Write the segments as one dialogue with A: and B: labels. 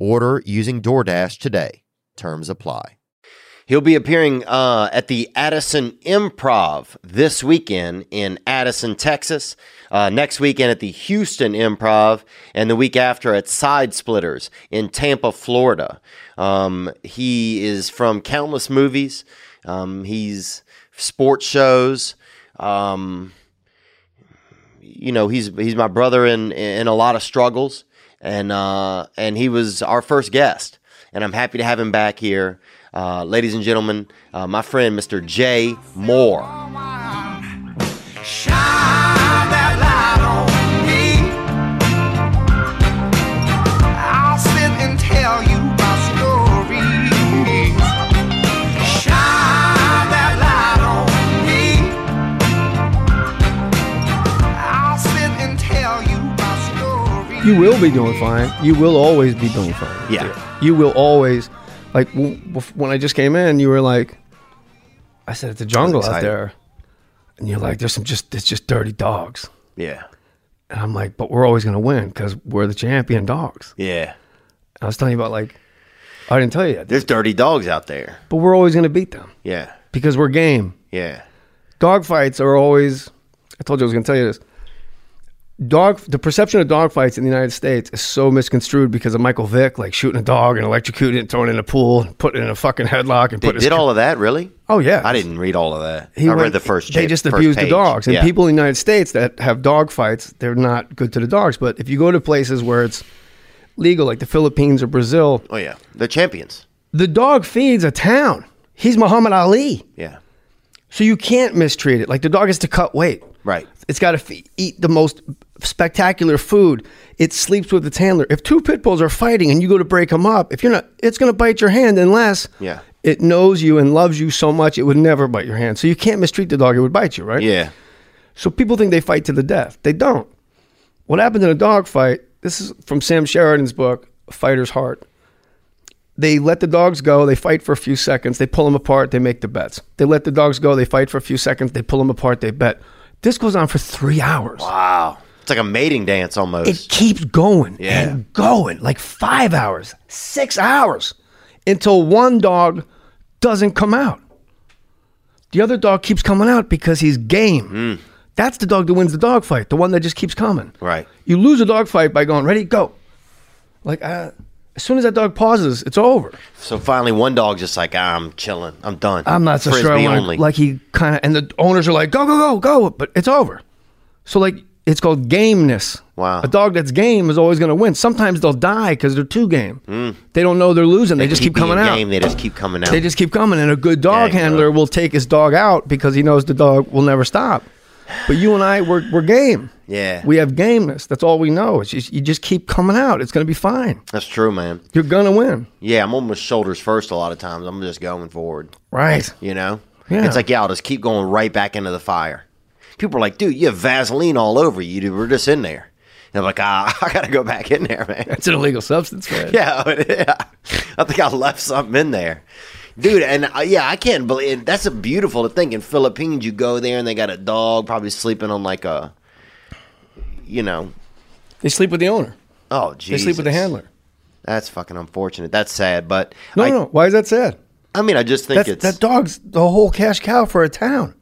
A: Order using DoorDash today. Terms apply. He'll be appearing uh, at the Addison Improv this weekend in Addison, Texas. Uh, next weekend at the Houston Improv, and the week after at Side Splitters in Tampa, Florida. Um, he is from countless movies. Um, he's sports shows. Um, you know he's he's my brother in in a lot of struggles and uh and he was our first guest and I'm happy to have him back here uh, ladies and gentlemen uh, my friend Mr. Jay Moore
B: Shine that light on me. I'll sit and tell you my stories. Shine that light on me. I'll sit and tell you my stories.
C: You will be doing fine. You will always be doing fine.
A: Yeah.
C: You will always, like w- bef- when I just came in, you were like, I said it's a jungle out
A: Excited.
C: there, and you're like, there's some just it's just dirty dogs,
A: yeah
C: and I'm like, but we're always gonna win because we're the champion dogs.
A: yeah
C: I was telling you about like, I didn't tell you that,
A: there's dirty dogs out there
C: but we're always gonna beat them
A: yeah
C: because we're game.
A: yeah
C: Dog fights are always. I told you I was gonna tell you this. Dog, the perception of dog fights in the United States is so misconstrued because of Michael Vick, like shooting a dog and electrocuting it, throwing it in a pool, and putting it in a fucking headlock, and
A: they
C: putting
A: did all of that really
C: Oh yeah,
A: I didn't read all of that
C: He
A: I read
C: went-
A: the first
C: They
A: cha-
C: just
A: first
C: abused
A: page.
C: the dogs, and
A: Yeah.
C: people in the United States that have dog fights, they're not good to the dogs. But if you go to places where it's legal, like the Philippines or Brazil,
A: oh yeah they're champions
C: the dog feeds a town. He's Muhammad Ali,
A: yeah
C: so you can't mistreat it. Like the dog is to cut weight.
A: right
C: It's got to f- eat the most spectacular food. It sleeps with its handler. If two pit bulls are fighting and you go to break them up, if you're not, it's going to bite your hand unless
A: Yeah.
C: it knows you and loves you so much it would never bite your hand. So you can't mistreat the dog; it would bite you, right?
A: yeah
C: So people think they fight to the death. They don't. What happens in a dog fight? This is from Sam Sheridan's book, Fighter's Heart. They let the dogs go. They fight for a few seconds. They pull them apart. They make the bets. They let the dogs go. They fight for a few seconds. They pull them apart. They bet. This goes on for three hours.
A: wow it's like a mating dance almost
C: It keeps going
A: Yeah.
C: and going, like five hours, six hours, until one dog doesn't come out. The other dog keeps coming out because he's game.
A: Hmm.
C: That's the dog that wins the dog fight, the one that just keeps coming.
A: right
C: You lose a dog fight by going, ready, go. Like, uh, as soon as that dog pauses, it's over.
A: So finally, one dog's just like, "Ah, I'm chilling. I'm done.
C: I'm not so
A: Frisbee
C: sure. I wanna-
A: only.
C: Like he kind of, and the owners are like, go, go, go, go, but it's over. So like, it's called gameness.
A: Wow.
C: A dog that's game is always going to win. Sometimes they'll die because they're too game. They don't know they're losing. They, just keep
A: being
C: coming out.
A: Game, Hmm. they just keep coming out.
C: They just keep coming, and a good dog
A: Dang,
C: handler
A: bro.
C: will take his dog out because he knows the dog will never stop. But you and I, we're, we're game.
A: Yeah.
C: We have gameness. That's all we know. It's just, you just keep coming out. It's going to be fine.
A: That's true, man.
C: You're going to win.
A: Yeah, I'm on my shoulders first a lot of times. I'm just going forward.
C: Right.
A: You know,
C: Yeah.
A: it's like, yeah, I'll just keep going right back into the fire. People are like, dude, you have Vaseline all over you. Dude. We're just in there. And I'm like, ah, I gotta go back in there, man.
C: It's an illegal substance, man.
A: yeah, yeah. I think I left something in there. Dude, and uh, yeah, I can't believe that's a beautiful thing. In Philippines, you go there and they got a dog probably sleeping on like a, you know,
C: They sleep with the owner.
A: oh
C: They
A: Jesus,
C: sleep with the handler.
A: That's fucking unfortunate. That's sad, but
C: No,
A: I,
C: no. Why is that sad?
A: I mean, I just think
C: That's,
A: it's
C: that dog's the whole cash cow for a town.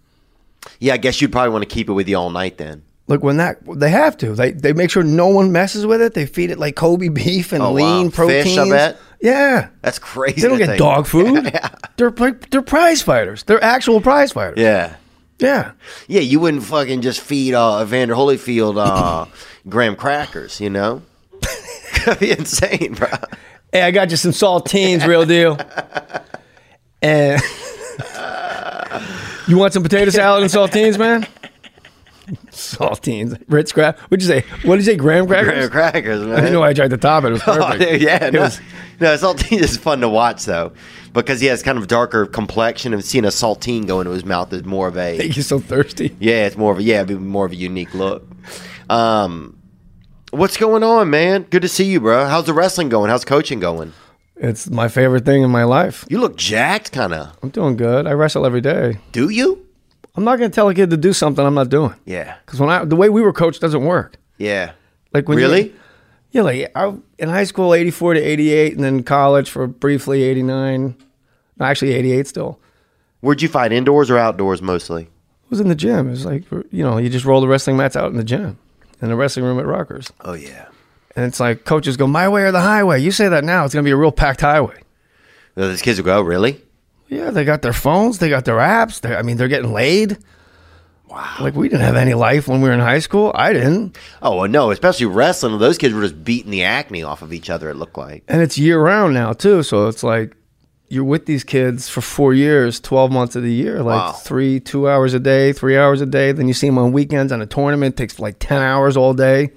A: yeah. I guess you'd probably want to keep it with you all night then.
C: Like when that they have to, they they make sure no one messes with it. They feed it like Kobe beef and
A: Oh, wow.
C: lean
A: Fish, I
C: proteins.
A: bet.
C: Yeah.
A: That's crazy.
C: They don't
A: to
C: get
A: think.
C: dog food. They're like they're prize fighters. They're actual prize fighters.
A: Yeah.
C: Yeah.
A: Yeah, you wouldn't fucking just feed uh, Evander Holyfield uh, graham crackers, you know? That'd be insane, bro.
C: Hey, I got you some saltines, real deal. And you want some potato salad and saltines, man? Saltines, Ritz crab. What'd you say? What did you say? Graham
A: Graham
C: crackers.
A: crackers, man.
C: I didn't know why I tried to top it. It was
A: Oh,
C: perfect.
A: dude, yeah,
C: It
A: no,
C: was-
A: no, saltine is fun to watch though, because he has kind of darker complexion, and seeing a saltine go into his mouth is more of a
C: You're so thirsty.
A: yeah, it's more of a yeah, it'd be more of a unique look. Um, what's going on, man? Good to see you, bro. How's the wrestling going? How's coaching going?
C: It's my favorite thing in my life.
A: You look jacked, kind of.
C: I'm doing good. I wrestle every day.
A: Do you?
C: I'm not gonna tell a kid to do something I'm not doing.
A: Yeah,
C: Because when I the way we were coached doesn't work.
A: yeah.
C: Like when you-
A: really?
C: Yeah, like I, in high school, 84 to 88, and then college for briefly 89, no, actually 88 still.
A: Where'd you fight? Indoors or outdoors mostly?
C: It was in the gym. It was like, you know, you just roll the wrestling mats out in the gym, in the wrestling room at Rockers.
A: Oh yeah.
C: And it's like, coaches go, my way or the highway. You say that now, it's going to be a real packed highway.
A: No, these kids will go. Really?
C: Yeah, they got their phones, they got their apps. They, I mean, they're getting laid. Wow. Like, we didn't have any life when we were in high school. I didn't.
A: Oh well, no, especially wrestling. Those kids were just beating the acne off of each other. It looked like.
C: and it's year round now too. So it's like you're with these kids for four years, twelve months of the year, like
A: Wow.
C: three, two hours a day, three hours a day. Then you see them on weekends on a tournament, takes like ten hours all day.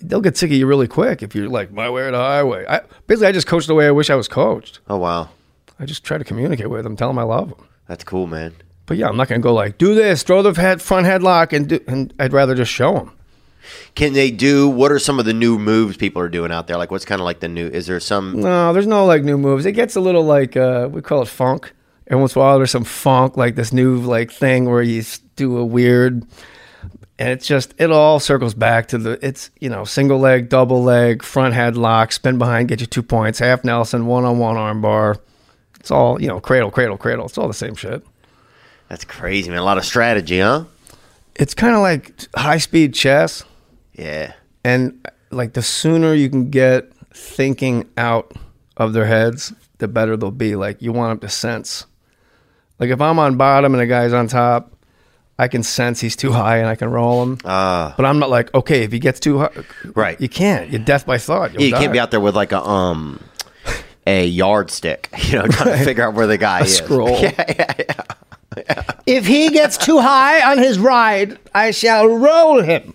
C: They'll get sick of you really quick if you're like my way or the highway. I, basically, I just coach the way I wish I was coached.
A: Oh wow,
C: I just try to communicate with them, tell them I love them.
A: that's cool, man.
C: But yeah, I'm not gonna go like do this, throw the head front headlock, and do. And I'd rather just show them.
A: Can they do? What are some of the new moves people are doing out there? Like, what's kind of like the new? Is there some?
C: No, there's no like new moves. It gets a little like uh, we call it funk. Every once in a while, there's some funk, like this new like thing where you s- do a weird, and it's just it all circles back to the it's you know single leg, double leg, front headlock, spin behind, get you two points, half Nelson, one on one arm bar. It's all you know, cradle, cradle, cradle. It's all the same shit.
A: That's crazy, man. A lot of strategy, huh?
C: It's kind of like high speed chess.
A: Yeah,
C: And like the sooner you can get thinking out of their heads, the better they'll be. Like you want them to sense. Like if I'm on bottom and a guy's on top, I can sense he's too high and I can roll him.
A: Ah.
C: but I'm not like okay if he gets too high.
A: Right.
C: You can't. You're death by thought. You'll
A: you
C: die.
A: can't be out there with like a um a yardstick, you know, trying to figure out where the guy is.
C: scroll.
A: Yeah, yeah, yeah.
C: If he gets too high on his ride, I shall roll him.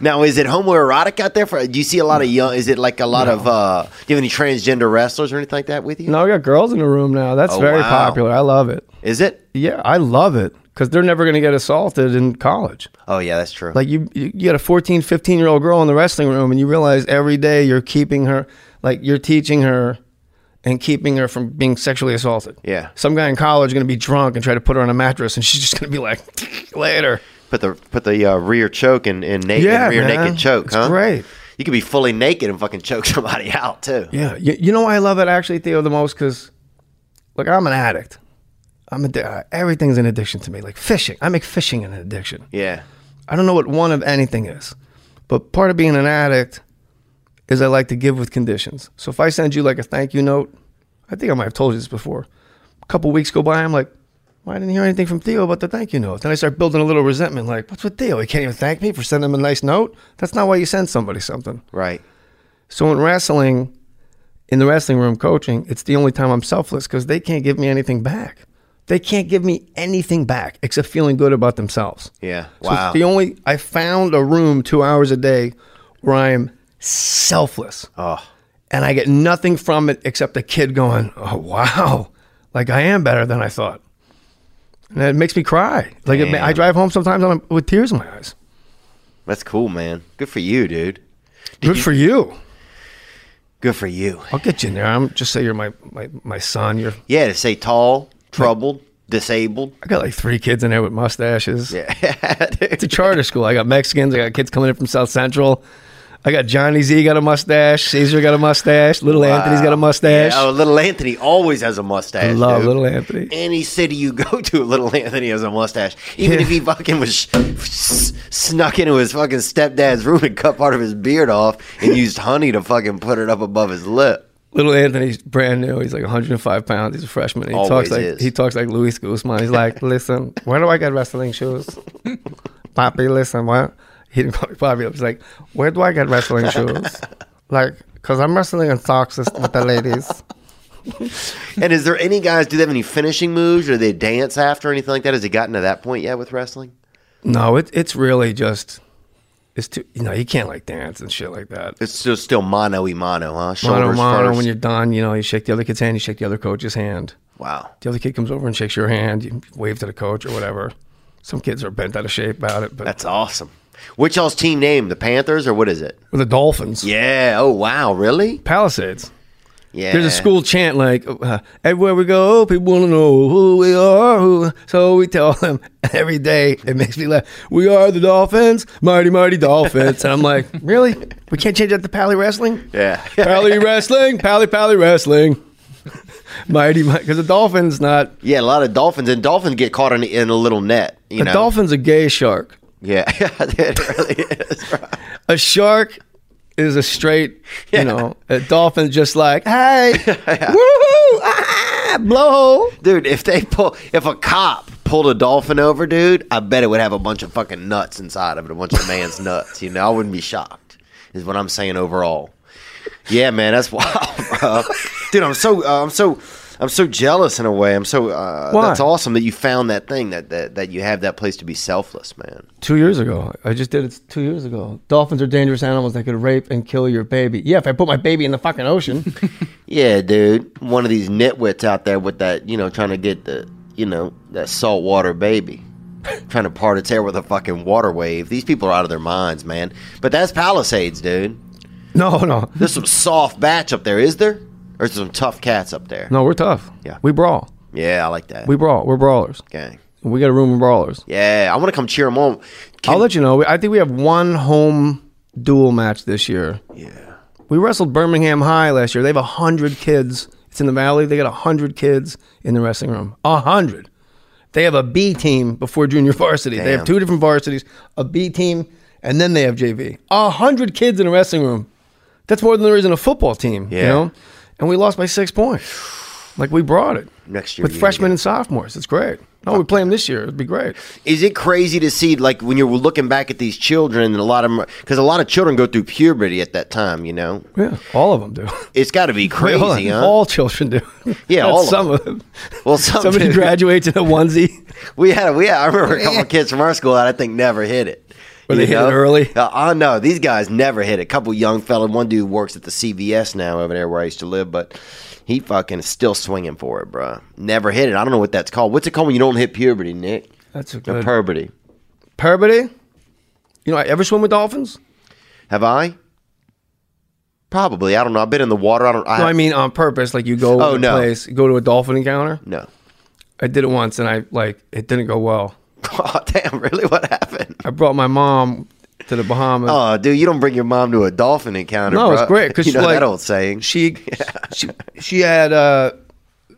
A: Now, is it homoerotic out there? For do you see a lot of young? Is it like a lot of? uh Do you have any transgender wrestlers or anything like that with you?
C: No, we got girls in the room now. That's
A: Oh,
C: very
A: wow.
C: popular. I love it.
A: Is it?
C: Yeah, I love it because they're never going to get assaulted in college.
A: Oh yeah, that's true.
C: like you you you got a 14 15 year old girl in the wrestling room and you realize every day you're keeping her like you're teaching her and keeping her from being sexually assaulted
A: Yeah.
C: some guy in college going to be drunk and try to put her on a mattress and she's just going to be like later
A: put the put the uh, rear choke and and naked
C: Yeah,
A: rear
C: man.
A: naked choke,
C: It's
A: huh?
C: great.
A: You could be fully naked and fucking choke somebody out too.
C: yeah you, you know why i love it actually theo the most because like i'm an addict i'm a everything's an addiction to me like fishing i make fishing an addiction
A: Yeah.
C: I don't know what one of anything is, but part of being an addict is I like to give with conditions. So if I send you like a thank you note, I think I might have told you this before. A couple weeks go by, I'm like, well, I didn't hear anything from Theo about the thank you note. Then I start building a little resentment, like, what's with Theo? He can't even thank me for sending him a nice note. That's not why you send somebody something.
A: Right.
C: So in wrestling, in the wrestling room coaching, it's the only time I'm selfless because they can't give me anything back. They can't give me anything back except feeling good about themselves.
A: Yeah.
C: So it's
A: Wow.
C: the only I found a room two hours a day where I am selfless
A: oh.
C: and I get nothing from it except a kid going, "Oh wow, like I am better than I thought," and it makes me cry. Like it, ma- I
A: Damn.
C: drive home sometimes on a- with tears in my eyes.
A: That's cool, man. Good for you, dude.
C: Good for you.
A: Good for you.
C: I'll get you in there. I'm just say you're my my, my son. You're
A: Yeah, to say tall, troubled, disabled.
C: I got like three kids in there with mustaches.
A: Yeah. dude.
C: It's a charter school. I got Mexicans. I got kids coming in from South Central. I got Johnny Z got a mustache. Caesar got a mustache. Little Anthony's got a mustache.
A: Yeah, oh, little Anthony always has a mustache.
C: I love
A: dude.
C: little Anthony.
A: Any city you go to, little Anthony has a mustache. Even if he fucking was s- snuck into his fucking stepdad's room and cut part of his beard off and used honey to fucking put it up above his lip.
C: Little Anthony's brand new. He's like 105 pounds. He's a freshman. He
A: Always
C: talks like
A: is.
C: he talks like Luis Guzman. He's like, listen, where do I get wrestling shoes? Poppy, listen, what? He didn't call me Poppy. He's like, where do I get wrestling shoes? Like, cause I'm wrestling in socks with with the ladies.
A: And is there any guys? Do they have any finishing moves, or do they dance after or anything like that? Has it gotten to that point yet with wrestling?
C: No, it, it's really just it's too. You know, you can't like dance and shit like that.
A: It's still still mono y mono, huh?
C: Mono
A: Shoulders
C: mono.
A: first.
C: When you're done, you know, you shake the other kid's hand. You shake the other coach's hand.
A: wow.
C: The other kid comes over and shakes your hand. You wave to the coach or whatever. Some kids are bent out of shape about it, but
A: That's awesome. Which y'all's team name? The Panthers or what is it?
C: with the Dolphins,
A: Yeah. Oh wow, really?
C: Palisades.
A: Yeah.
C: There's a school chant like uh, everywhere we go, people want to know who we are. Who, so we tell them every day. It makes me laugh. We are the Dolphins, mighty mighty Dolphins. and I'm like, really? We can't change that to Pally Wrestling?
A: Yeah.
C: Pally Wrestling, Pally Pally Wrestling, mighty mighty. Because the Dolphins not
A: yeah. A lot of dolphins and dolphins get caught in, in a little net. You
C: the
A: know.
C: Dolphins a gay shark.
A: Yeah. it really is.
C: A shark is a straight, you know. A dolphin just like hey, woohoo, ah, blowhole.
A: dude. If they pull, if a cop pulled a dolphin over, dude, I bet it would have a bunch of fucking nuts inside of it, a bunch of man's nuts. You know, I wouldn't be shocked. Is what I'm saying overall. Yeah, man, that's wild, bro. dude. I'm so, uh, I'm so, I'm so jealous in a way. I'm so. Uh,
C: Why?
A: That's awesome that you found that thing that, that that you have that place to be selfless, man.
C: Two years ago. I just did it two years ago. Dolphins are dangerous animals that could rape and kill your baby. Yeah, if I put my baby in the fucking ocean.
A: Yeah, dude. One of these nitwits out there with that, you know, trying to get the, you know, that saltwater baby. trying to part its hair with a fucking water wave. These people are out of their minds, man. But that's Palisades, dude.
C: no, no.
A: There's some soft batch up there, is there? Or is there some tough cats up there?
C: No, we're tough.
A: Yeah.
C: We brawl.
A: Yeah, I like that.
C: We brawl. We're brawlers.
A: okay.
C: We got a room of brawlers.
A: Yeah, I want to come cheer them on. Can-
C: I'll let you know. I think we have one home duel match this year.
A: yeah.
C: We wrestled Birmingham High last year. They have a hundred kids. It's in the valley. They got a hundred kids in the wrestling room. A hundred. They have a B team before junior varsity. They
A: Damn.
C: have two different varsities, a B team, and then they have JV. A hundred kids in a wrestling room. That's more than there is in a football team. You
A: Yeah.
C: know, and we lost by six points. Like we brought it
A: Next year.
C: with
A: you
C: freshmen
A: gotta
C: and sophomores. It's great. No, we play them this year. It'd be great.
A: is it crazy to see like when you're looking back at these children and a lot of them because a lot of children go through puberty at that time you know
C: Yeah, all of them do.
A: it's got to be
C: Wait,
A: crazy
C: hold on.
A: huh
C: All children do.
A: Yeah,
C: Not
A: all of
C: some
A: them.
C: of them.
A: Well, some
C: Somebody
A: do.
C: graduates in a onesie.
A: We had, we had, I remember a couple of kids from our school that I think never hit it.
C: Were they
A: You
C: hit it early?
A: Uh, I know these guys never hit it. A couple young fella, one dude works at the CVS now over there where I used to live, but he fucking is still swinging for it, bruh. Never hit it. I don't know what that's called. What's it called when you don't hit puberty, Nick?
C: That's a
A: Or
C: good
A: puberty.
C: puberty. You know, I ever swim with dolphins?
A: Have I? Probably. I don't know. I've been in the water. I don't. I,
C: No, I mean on purpose. Like you go
A: Oh,
C: to a
A: no.
C: place, you go to a dolphin encounter.
A: no.
C: I did it once, and I like it didn't go well.
A: Oh damn! Really? What happened?
C: I brought my mom to the Bahamas.
A: Oh, dude, you don't bring your mom to a dolphin encounter.
C: no, it's
A: bruh.
C: great because
A: you know
C: like,
A: that old saying.
C: She, she she had uh,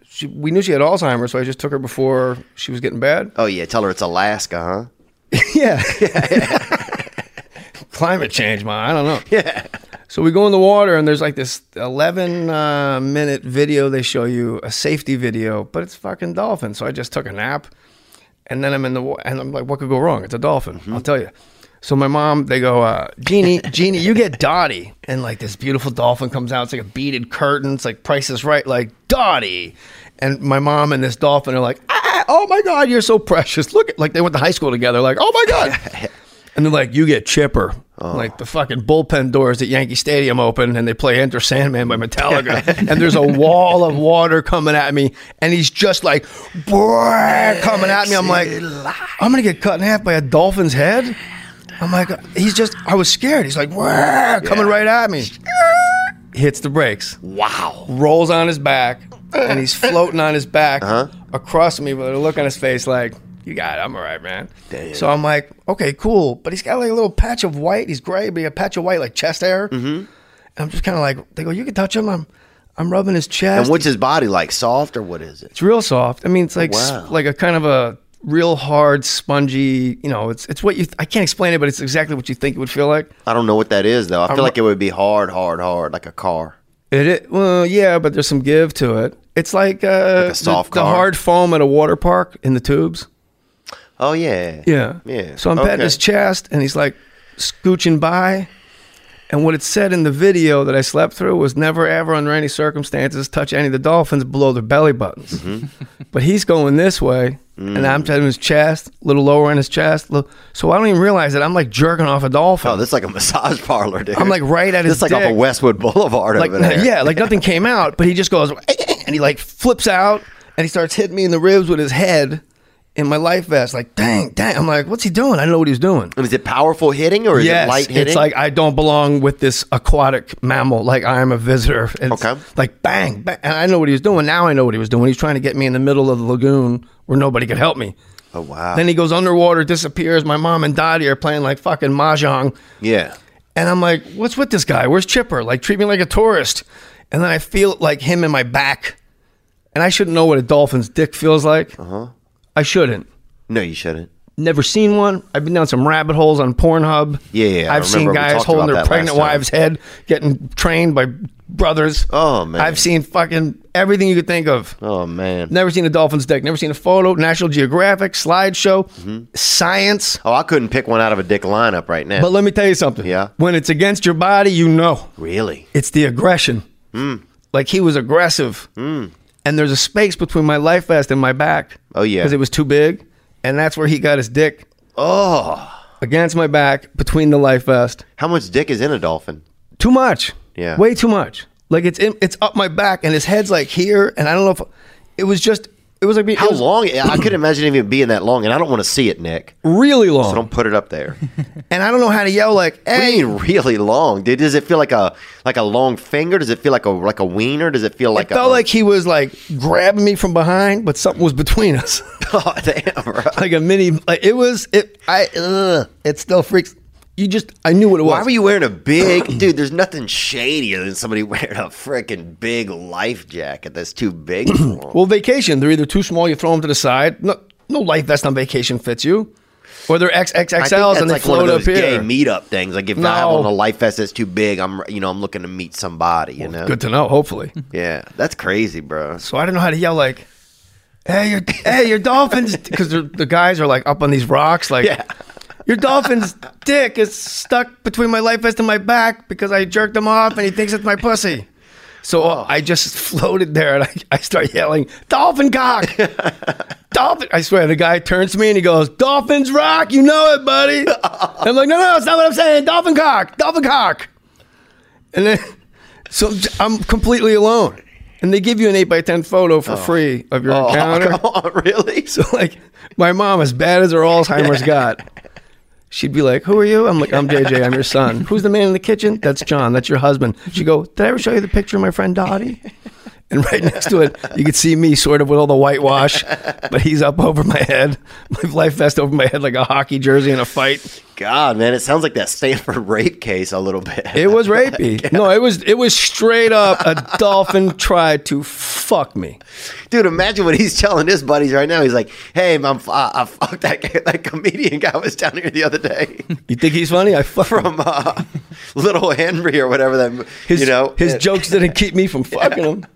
C: she, we knew she had Alzheimer's, so I just took her before she was getting bad.
A: oh yeah, tell her it's Alaska, huh?
C: Yeah. Climate change, man. I don't know. Yeah. So we go in the water, and there's like this 11 uh, minute video they show you, a safety video, but it's fucking dolphin. So I just took a nap, and then I'm in the water, and I'm like, what could go wrong? It's a dolphin. I'll tell you. So my mom, they go, uh, Jeannie, Jeannie, you get Dottie. And like this beautiful dolphin comes out. It's like a beaded curtain. It's like Price is Right, like Dottie. And my mom and this dolphin are like, ah, oh my God, you're so precious. Look at, like they went to high school together. Like, oh my God. And they're like, you get Chipper. Like the fucking bullpen doors at Yankee Stadium open and they play Enter Sandman by Metallica. and there's a wall of water coming at me. And he's just like, "Boy," coming at me. I'm like, I'm going to get cut in half by a dolphin's head. I'm like, he's just, I was scared. He's like, "Wah," coming right at me. Hits the brakes
A: Wow.
C: rolls on his back and he's floating on his back
A: Uh-huh.
C: across me with a look on his face like you got it i'm all right man so i'm like okay cool but he's got like a little patch of white he's gray but he got a patch of white like chest hair
A: Mm-hmm.
C: and i'm just kind of like they go you can touch him i'm i'm rubbing his chest
A: And what's his body like? Soft or what is it?
C: it's real soft i mean it's like
A: Wow.
C: s- like a kind of a real hard spongy you know it's it's what you i can't explain it but it's exactly what you think it would feel like
A: I don't know what that is though. I feel
C: I'm-
A: like it would be hard, hard, hard, like a car.
C: It, it well, yeah, but there's some give to it. It's like, uh,
A: a soft
C: the, the
A: car?
C: hard foam at a water park in the tubes.
A: Oh yeah.
C: Yeah.
A: Yeah.
C: So I'm patting
A: Okay.
C: his chest and he's like scooching by. And what it said in the video that I slept through was never ever under any circumstances touch any of the dolphins below their belly buttons.
A: Mm-hmm.
C: but he's going this way and
A: Mm.
C: I'm touching his chest, a little lower on his chest. Little, so I don't even realize that I'm like jerking off a dolphin.
A: Oh, this is like a massage parlor, dude.
C: I'm like right at his
A: This is like off
C: dick.
A: of Westwood Boulevard
C: like
A: over there.
C: yeah, like nothing came out, but he just goes and he like flips out and he starts hitting me in the ribs with his head in my life vest. Like dang, dang. I'm like, what's he doing? I don't know what he's doing.
A: And is it powerful hitting or is
C: yes,
A: it light hitting?
C: It's like I don't belong with this aquatic mammal. Like I am a visitor. It's
A: Okay.
C: Like bang, bang, and I know what he was doing. Now I know what he was doing. He's trying to get me in the middle of the lagoon where nobody could help me.
A: oh wow.
C: Then he goes underwater, disappears. My mom and daddy are playing like fucking mahjong,
A: yeah.
C: and I'm like, what's with this guy? Where's Chipper? Like treat me like a tourist. And then I feel like him in my back, and I shouldn't know what a dolphin's dick feels like. Uh-huh. I shouldn't.
A: No, you shouldn't.
C: Never seen one. I've been down some rabbit holes on Pornhub.
A: Yeah, yeah, I
C: I've seen
A: remember we
C: guys
A: talked
C: holding
A: about
C: their
A: that last
C: pregnant
A: time.
C: wives' head, getting trained by brothers.
A: Oh, man.
C: I've seen fucking everything you could think of.
A: Oh man.
C: Never seen a dolphin's dick. Never seen a photo. National Geographic slideshow,
A: Mm-hmm.
C: science.
A: Oh, I couldn't pick one out of a dick lineup right now.
C: But let me tell you something.
A: Yeah.
C: When it's against your body, you know
A: really?
C: it's the aggression.
A: Hmm.
C: Like he was aggressive. And there's a space between my life vest and my back.
A: Oh, yeah.
C: Because it was too big, and that's where he got his dick.
A: Oh,
C: against my back between the life vest.
A: how much dick is in a dolphin?
C: Too much.
A: Yeah.
C: Way too much. Like it's in, it's up my back and his head's like here and I don't know if it was just it was like being, it
A: How
C: was
A: long? I couldn't imagine it even being that long, and I don't want to see it, Nick.
C: Really long.
A: So don't put it up there.
C: and I don't know how to yell like
A: I
C: hey.
A: mean, really long. Dude, does it feel like a like a long finger? Does it feel like a like a wiener? Does it feel
C: It
A: like
C: felt
A: a,
C: like he was like grabbing me from behind, but something was between us,
A: oh, damn, bro.
C: like a mini. Like it was. It I. Ugh, it still freaks. You just. I knew what it was.
A: Why were you wearing a big dude? There's nothing shadier than somebody wearing a freaking big life jacket that's too big. for 'em.
C: Well, vacation. They're either too small, you throw them to the side. No, no life vest on vacation fits you, or they're
A: I think
C: XXXLs
A: that's
C: and they
A: like one
C: float
A: of
C: up
A: those gay
C: here.
A: meetup things. Like if I have
C: No.
A: on a life vest that's too big, I'm you know I'm looking to meet somebody. You know,
C: Good to know. Hopefully.
A: yeah, that's crazy, bro.
C: So I don't know how to yell like, "Hey, your hey, your dolphins!" Because the guys are like up on these rocks, like,
A: Yeah.
C: "Your dolphin's dick is stuck between my life vest and my back because I jerked him off, and he thinks it's my pussy." So uh, I just floated there, and I, I start yelling, "Dolphin cock!" Dolphin! I swear, the guy turns to me and he goes, "Dolphins rock, you know it, buddy." I'm like, "No, no, it's not what I'm saying. Dolphin cock, dolphin cock." And then, so I'm j- I'm completely alone. And they give you an 8 by 10 photo for free of your
A: Oh,
C: encounter.
A: come on, really?
C: So, like, my mom, as bad as her Alzheimer's got, she'd be like, Who are you? I'm like, I'm JJ, I'm your son. Who's the man in the kitchen? That's John, that's your husband. She'd go, Did I ever show you the picture of my friend Dottie? And right next to it, you could see me sort of with all the whitewash, but he's up over my head, my life vest over my head like a hockey jersey in a fight.
A: God, man, it sounds like that Stanford rape case a little bit.
C: It was rapey. No, it was it was straight up a dolphin tried to fuck me.
A: Dude, imagine what he's telling his buddies right now. He's like, "Hey, I'm, I, I fucked that guy, that comedian guy was down here the other day
C: You think he's funny? I fuck him.
A: from uh, Little Henry or whatever that
C: His,
A: you know
C: his
A: and-
C: jokes didn't keep me from fucking him.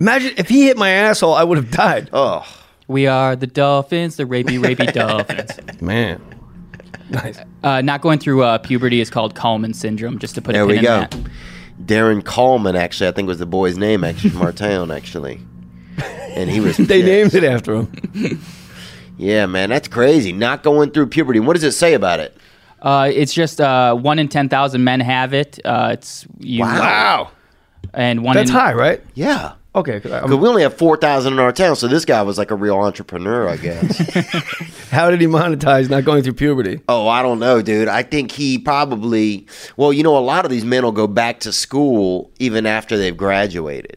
C: Imagine if he hit my asshole, I would have died.
A: Oh,
D: We are the Dolphins, the rapey, rapey Dolphins.
C: Man, nice.
D: Uh, not going through uh, puberty is called Coleman syndrome, just to put
A: there
D: a pin
A: we
D: in
A: go.
D: that.
A: Darren Coleman, actually, I think was the boy's name, actually from our town, actually. And he was
C: They
A: pissed.
C: named it after him.
A: Yeah, man, that's crazy. Not going through puberty. What does it say about it?
D: Uh, it's just uh, one in ten thousand men have it. Uh, it's you,
C: Wow,
D: and one
C: that's
D: in,
C: high, right?
A: Yeah.
C: Okay, 'cause I-
A: But we only have 4,000 in our town, so this guy was like a real entrepreneur, I guess.
C: how did he monetize not going through puberty?
A: oh, I don't know, dude. I think he probably, well, you know, a lot of these men will go back to school even after they've graduated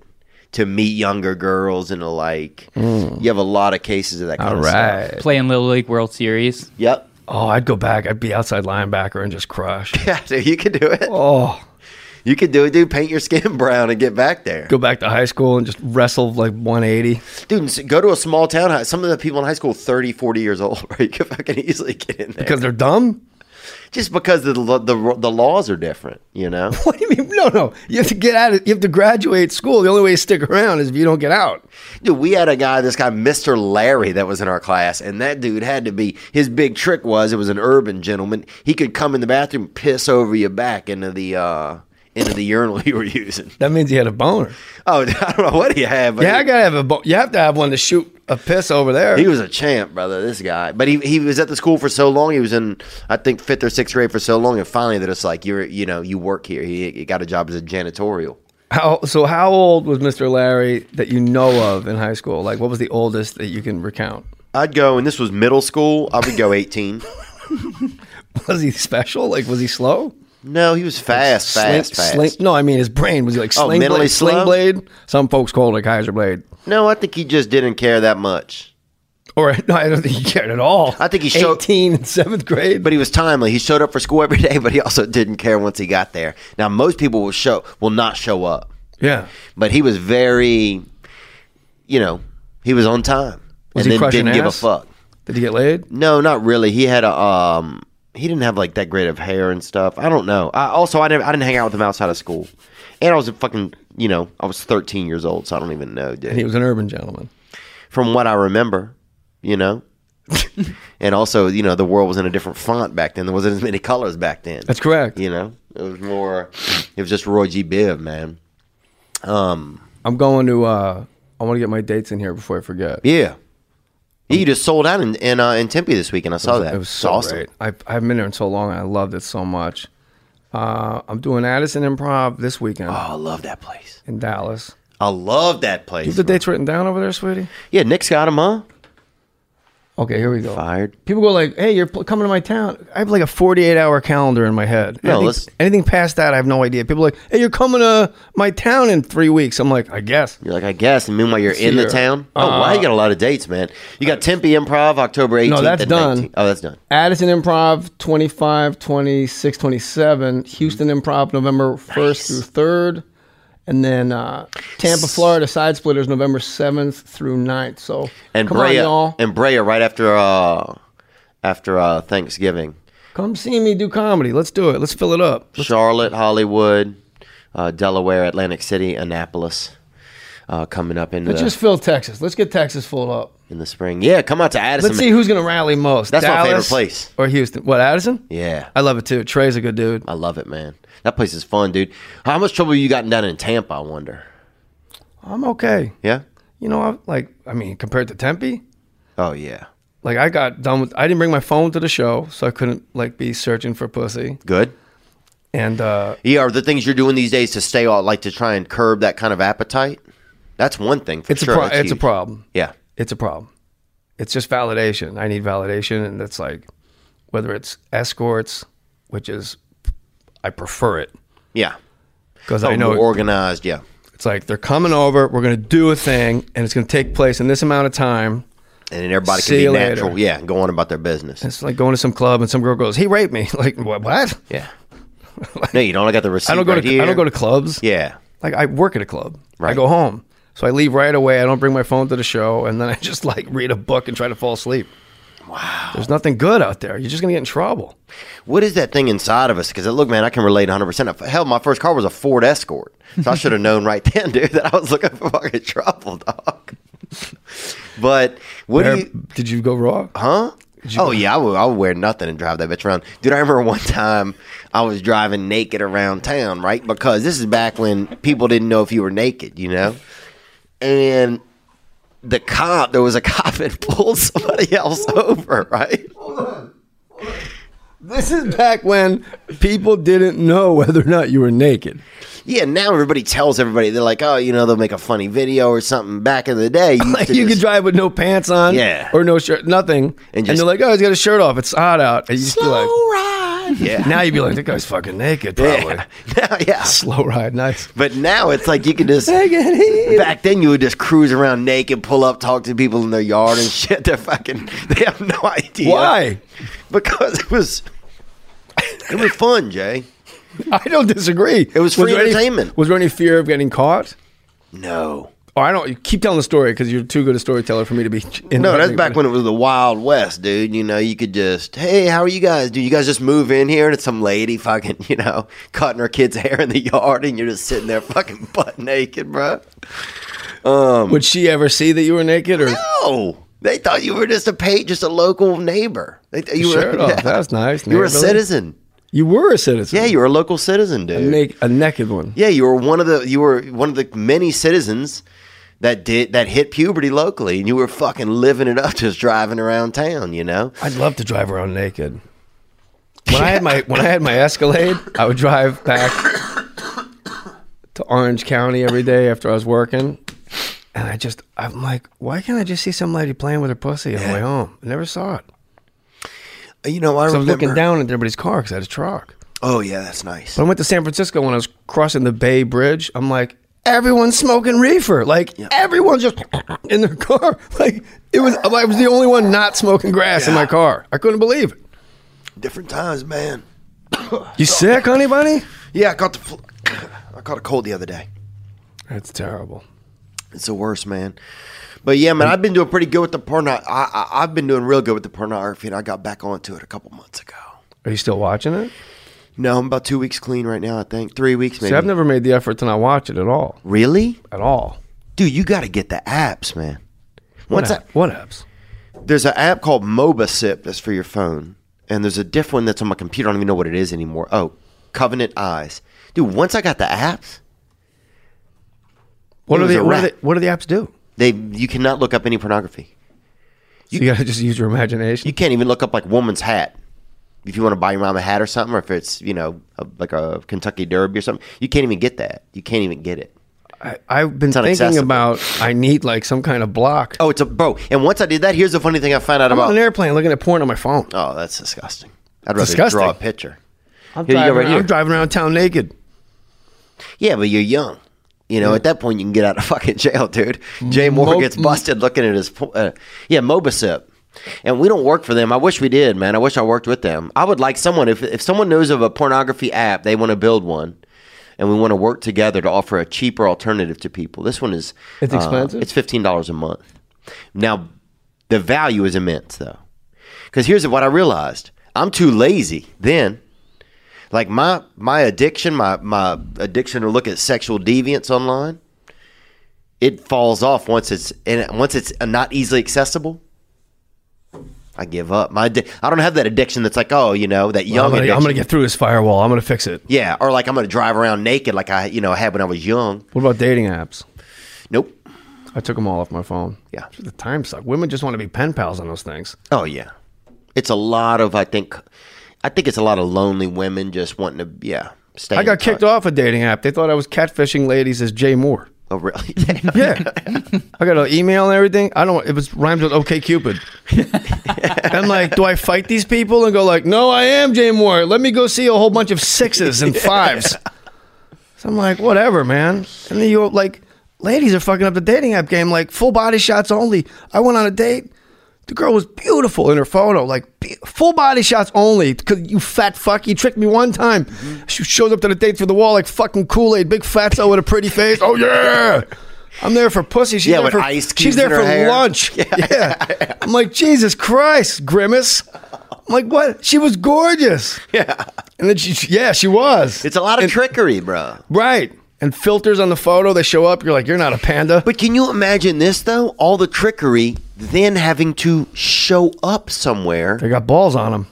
A: to meet younger girls and the like. You have a lot of cases of that kind
C: All
A: of stuff.
C: right.
D: Playing Little League World Series.
A: Yep.
C: Oh, I'd go back. I'd be outside linebacker and just crush.
A: Yeah, dude, you could do it.
C: Oh,
A: You could do it, dude. Paint your skin brown and get back there.
C: go back to high school and just wrestle like 180.
A: Dude, and s- go to a small town. Some of the people in high school, 30, 40 years old, right? You could fucking easily get in there.
C: Because they're dumb?
A: just because the lo- the ro- the laws are different, you know.
C: What do you mean? No, no. You have to get out. Of, you have to graduate school. The only way to stick around is if you don't get out.
A: Dude, we had a guy, this guy, Mr. Larry, that was in our class, and that dude had to be his big trick was it was an urban gentleman. He could come in the bathroom, piss over your back into the uh into the urinal you were using.
C: That means you had a boner.
A: Oh, I don't know what he had, but
C: Yeah,
A: he,
C: I gotta have a. Bo- you have to have one to shoot a piss over there.
A: he was a champ, brother, this guy. But he he was at the school for so long, he was in I think fifth or sixth grade for so long, and finally they're just like, You're you know, you work here. He, he got a job as a janitorial.
C: How so? How old was Mr. Larry that you know of in high school? Like, what was the oldest that you can recount?
A: I'd go, and this was middle school, I would go eighteen.
C: Was he special? Like, was he slow?
A: No, he was fast, fast, fast.
C: sling- no, I mean his brain was he like
A: Oh,
C: sling,
A: mentally
C: blade, sling
A: slow?
C: blade. Some folks call it a Kaiser blade.
A: No, I think he just didn't care that much.
C: Or no, I don't think he cared at all.
A: I think he showed-
C: eighteen in seventh grade.
A: But he was timely. He showed up for school every day, but he also didn't care once he got there. Now most people will show will not show up,
C: yeah,
A: but he was very, you know, he was on time and
C: Was he
A: then
C: crushing
A: didn't give a
C: ass?
A: fuck.
C: did he get laid?
A: No, not really. He had a um, he didn't have like that great of hair and stuff. I don't know. I also I didn't I didn't hang out with him outside of school, and I was a fucking you know I was thirteen years old, so I don't even know, dude.
C: And he was an urban gentleman.
A: from what I remember, you know. and also, you know, the world was in a different font back then. There wasn't as many colors back then.
C: That's correct.
A: You know, it was more. It was just Roy G. Biv, man.
C: I'm going to. uh I want to get my dates in here before I forget.
A: Yeah, yeah. You just sold out in in, uh, in Tempe this weekend. I saw that.
C: It was
A: It's
C: so great. I, I haven't been there in so long. and I loved it so much. Uh, I'm doing Addison Improv this weekend
A: Oh, I love that place.
C: in Dallas.
A: I love that
C: You
A: place.
C: have the dates written down over there, sweetie?
A: yeah, Nick's got him, huh?
C: Okay, here we go.
A: Fired.
C: People go like, "Hey, you're pl- coming to my town." I have like a 48 hour calendar in my head.
A: No,
C: anything,
A: let's-
C: anything past that, I have no idea. People are like, "Hey, you're coming to my town in three weeks." I'm like, "I guess."
A: You're like, I guess. And meanwhile, you're in the
C: here.
A: town. Oh,
C: Uh-huh.
A: wow. You got a lot of dates, man. You got Tempe Improv October 18th.
C: that's
A: and
C: done.
A: 19th. Oh, that's done.
C: Addison Improv 25, 26, 27.
A: Mm-hmm.
C: Houston Improv November 1st through 3rd. And then uh, Tampa, Florida Side Splitters November 7th through 9th. So
A: and
C: come
A: Brea
C: on, y'all.
A: and Brea right after uh after uh Thanksgiving.
C: come see me do comedy. Let's do it. Let's fill it up.
A: Charlotte, Hollywood, uh, Delaware, Atlantic City, Annapolis, uh, coming up in the
C: Let's just fill Texas. Let's get Texas filled up.
A: in the spring. Yeah, come out to Addison.
C: Let's see who's going to rally most.
A: That's my favorite
C: Dallas
A: place.
C: Or Houston. What, Addison?
A: Yeah,
C: I love it too. Trey's a good dude.
A: I love it, man. That place is fun, dude. How much trouble you gotten down in Tampa? I wonder.
C: I'm okay.
A: Yeah.
C: You know, I, like, I mean, compared to Tempe,
A: Oh yeah.
C: like I got done with, I didn't bring my phone to the show, so I couldn't like be searching for pussy.
A: Good.
C: And uh,
A: Yeah, are the things you're doing these days to stay all like to try and curb that kind of appetite? That's one thing for
C: it's
A: sure.
C: a pro-
A: That's
C: it's a
A: huge.
C: problem.
A: Yeah.
C: It's a problem. It's just validation. I need validation, and that's like whether it's escorts, which is I prefer it
A: Yeah.
C: because
A: Oh,
C: I know
A: organized. Yeah.
C: it's like they're coming over. We're gonna do a thing, and it's gonna take place in this amount of time.
A: and then everybody
C: See
A: can
C: you
A: be
C: later.
A: natural. Yeah, and go on about their business.
C: It's like going to some club, and some girl goes, "He raped me." Like what? what?
A: yeah. no, you don't. I got the receipt.
C: I don't go
A: right
C: to
A: here.
C: I don't go to clubs.
A: Yeah.
C: Like I work at a club. I
A: Right.
C: go home. So I leave right away. I don't bring my phone to the show, and then I just like read a book and try to fall asleep. Wow. There's nothing good out there. You're just gonna get in trouble.
A: What is that thing inside of us? Because look, man, I can relate 100. percent Hell, my first car was a Ford Escort, so I should have known right then, dude, that I was looking for fucking trouble, dog. but what do you?
C: did you go raw?
A: Huh? Oh yeah, I would, I would wear nothing and drive that bitch around, dude. I remember one time I was driving naked around town, right? Because this is back when people didn't know if you were naked, you know. And the cop, there was a cop that pulled somebody else over, right?
C: This is back when people didn't know whether or not you were naked.
A: Yeah, now everybody tells everybody they're like, oh, you know, they'll make a funny video or something. Back in the day, you,
C: Like
A: could
C: you could
A: just
C: drive with no pants on,
A: Yeah.
C: or no shirt, nothing, and,
A: just-
C: you're like, "Oh, he's got his shirt off. It's hot out." And you just be like,
A: Yeah,
C: now you'd be like, "That guy's fucking naked, probably."
A: yeah, now, yeah.
C: Slow ride, nice.
A: But now it's like you can just. Back then, you would just cruise around naked, pull up, talk to people in their yard and shit. They're fucking. They have no idea
C: Why?
A: Because it was. It was fun, Jay.
C: I don't disagree. It
A: was free
C: there any-
A: entertainment.
C: was there any fear of getting caught?
A: No.
C: Or Oh, I don't. You keep telling the story because you're too good a storyteller for me to be. In
A: No, that's back when it was the Wild West, dude. You know, you could just, hey, how are you guys? Dude, you guys just move in here and it's some lady fucking, you know, cutting her kid's hair in the yard and you're just sitting there fucking butt naked, bro.
C: Would she ever see that you were naked or
A: No. They thought you were just a paid, just a local neighbor. They th- you
C: shirt
A: were,
C: off?
A: yeah.
C: That was Oh, nice.
A: You were a
C: neighborly.
A: citizen.
C: You were a citizen.
A: Yeah, you were a local citizen, dude.
C: Make a naked one.
A: Yeah, you were one of the you were one of the many citizens that did that hit puberty locally, and you were fucking living it up just driving around town. You know,
C: I'd love to drive around naked. When I had my when I had my Escalade, I would drive back to Orange County every day after I was working, and I just I'm like, why can't I just see some lady playing with her pussy on the way home? I never saw it.
A: you know I
C: 'Cause
A: remember.
C: I was looking down at everybody's car because I had a truck.
A: Oh yeah, that's nice.
C: But I went to San Francisco when I was crossing the Bay Bridge. I'm like, everyone's smoking reefer. Like everyone's just in their car. Like it was. I was the only one not smoking grass in my car. I couldn't believe it.
A: Different times, man.
C: You sick, honey bunny?
A: Yeah, I caught the fl- I caught a cold the other day.
C: That's terrible.
A: It's the worst, man. But yeah, man, I've been doing pretty good with the porno. I, I I've been doing real good with the pornography, and I got back onto it a couple months ago.
C: Are you still watching it?
A: No, I'm about two weeks clean right now. I think three weeks, maybe.
C: See, I've never made the effort to not watch it at all.
A: really,
C: At all.
A: dude, you got to get the apps, man. What's
C: what
A: that?
C: app- What apps?
A: There's an app called MobaSip that's for your phone, and there's a diff one that's on my computer. I don't even know what it is anymore. Oh, Covenant Eyes, dude. Once I got the apps,
C: What
A: It
C: are
A: was
C: the
A: a
C: what, are
A: rat.
C: the what do the apps do?
A: they you cannot look up any pornography.
C: You, gotta just use your imagination.
A: You can't even look up like woman's hat. If you want to buy your mom a hat or something, or if it's you know a, like a Kentucky Derby or something, you can't even get that. You can't even get it.
C: I, I've been thinking
A: inaccessible.
C: about I need like some kind of block.
A: Oh, it's a bro. And once I did that, here's the funny thing I found out
C: I'm on
A: about.
C: an airplane looking at porn on my phone.
A: Oh, that's disgusting. I'd rather
C: Disgusting.
A: draw a picture.
C: I'm,
A: Here you go,
C: driving,
A: right
C: I'm
A: here.
C: driving around town naked.
A: Yeah, but you're young. You know, at that point, you can get out of fucking jail, dude. Jay Moore
C: Mo-
A: gets busted looking at his. po- Uh, yeah, Mobasip. And we don't work for them. I wish we did, man. I wish I worked with them. I would like someone, if, if someone knows of a pornography app, they want to build one. And we want to work together to offer a cheaper alternative to people. This one is.
C: It's
A: uh,
C: expensive?
A: it's $15 a month. Now, the value is immense, though. Because here's what I realized I'm too lazy then like my my addiction my my addiction to look at sexual deviance online it falls off once it's and once it's not easily accessible i give up my addi- i don't have that addiction that's like oh you know that
C: I'm
A: young
C: gonna, I'm
A: addiction.
C: gonna get through this firewall. I'm gonna fix it.
A: yeah or like i'm gonna drive around naked like i you know had when i was young
C: What about dating apps?
A: nope
C: I took them all off my phone.
A: Yeah.
C: The time suck. Women just want to be pen pals on those things.
A: oh yeah it's a lot of i think i think it's a lot of lonely women just wanting to yeah stay
C: I
A: in
C: got kicked
A: touch.
C: off a dating app. They thought I was catfishing ladies as Jay Moore.
A: oh really
C: Yeah. I got an email and everything. I don't it was rhymes with OK Cupid. I'm like, do I fight these people and go like, no, I am Jay Moore. Let me go see a whole bunch of sixes and fives. So I'm like, whatever, man. And then you like ladies are fucking up the dating app game, like full body shots only. I went on a date. The girl was beautiful in her photo, like be- full body shots only. Cause you fat fuck, you tricked me one time.
A: Mm-hmm.
C: She shows up to the date through the wall like fucking Kool Aid, big fatso with a pretty face. Oh yeah, I'm there for pussy. She's
A: Yeah,
C: there
A: with
C: for
A: ice
C: she's
A: cubes
C: there
A: in her
C: for
A: hair.
C: lunch. Yeah. I'm like Jesus Christ, grimace. I'm like what? She was gorgeous. Yeah, and then she, she- yeah, she was.
A: it's a lot of trickery bro
C: Right. And filters on the photo, they show up. You're like, you're not a panda.
A: But can you imagine this though? All the trickery, then having to show up somewhere.
C: they got balls on them.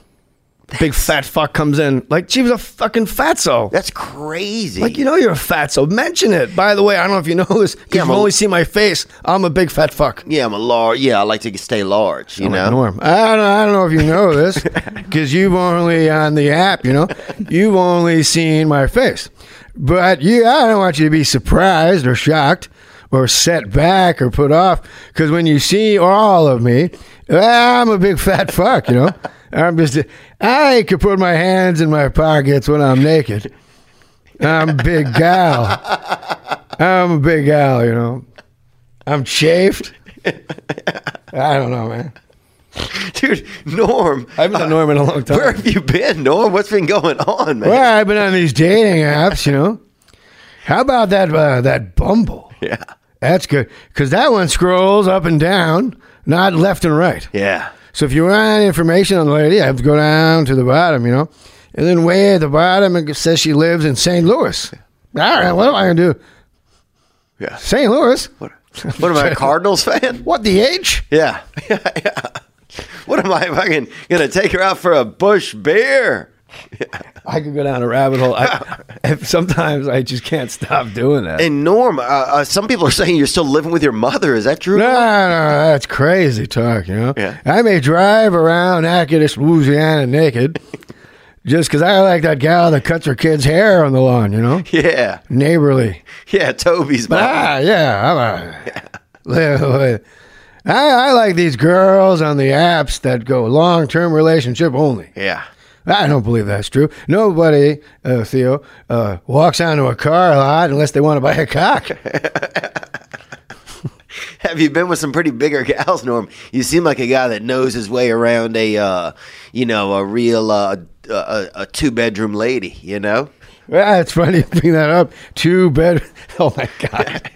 C: The big fat fuck comes in. Like, she was a fucking fatso.
A: That's crazy.
C: Like, you know, you're a fatso. Mention it. By the way, I don't know if you know this because
A: Yeah,
C: you've
A: I'm a-
C: only seen my face. I'm a big fat fuck.
A: yeah, I'm a large. Yeah, I like to stay large. You
C: I'm like,
A: know,
C: Norm, I don't, I don't know if you know this because you've only on the app, you know, you've only seen my face. But yeah, I don't want you to be surprised or shocked or set back or put off because when you see all of me, I'm a big fat fuck, you know. I'm just, I could put my hands in my pockets when I'm naked. I'm a big gal. I'm a big gal, you know. I'm chafed. I don't know, man.
A: dude. Norm,
C: I haven't done Norm in a long
A: where
C: time.
A: have you been, Norm? What's been going on, man?
C: Well, I've been on these dating apps, you know. How about that uh, that Bumble?
A: Yeah.
E: That's good because that one scrolls up and down, not left and right.
A: Yeah.
E: So if you want information on the lady, I have to go down to the bottom, you know, and then way at the bottom it says she lives in St. Louis. All right, what am I gonna do?
A: Yeah.
E: St. Louis?
A: What, what am I, a Cardinals fan?
E: What the H?
A: Yeah. yeah. What am I fucking going to take her out for a Bush beer?
C: I could go down a rabbit hole. I, if- sometimes I just can't stop doing that.
A: And Norm, uh, uh, some people are saying you're still living with your mother. Is that true?
E: No, no, that's crazy talk, you know?
A: Yeah.
E: I may drive around Natchitoches, Louisiana naked just because I like that gal that cuts her kid's hair on the lawn, you know?
A: Yeah.
E: Neighborly.
A: Yeah, Toby's mom.
E: Ah, yeah. I'm a, Li- li- I, I like these girls on the apps that go long term relationship only.
A: Yeah.
E: I don't believe that's true. Nobody, uh, Theo, uh, walks onto a car lot unless they want to buy a cock.
A: Have you been with some pretty bigger gals, Norm? You seem like a guy that knows his way around a, uh, you know, a real uh, a, a, a two bedroom lady. You know,
E: Yeah, it's funny you bring that up. Two bed. Oh my god!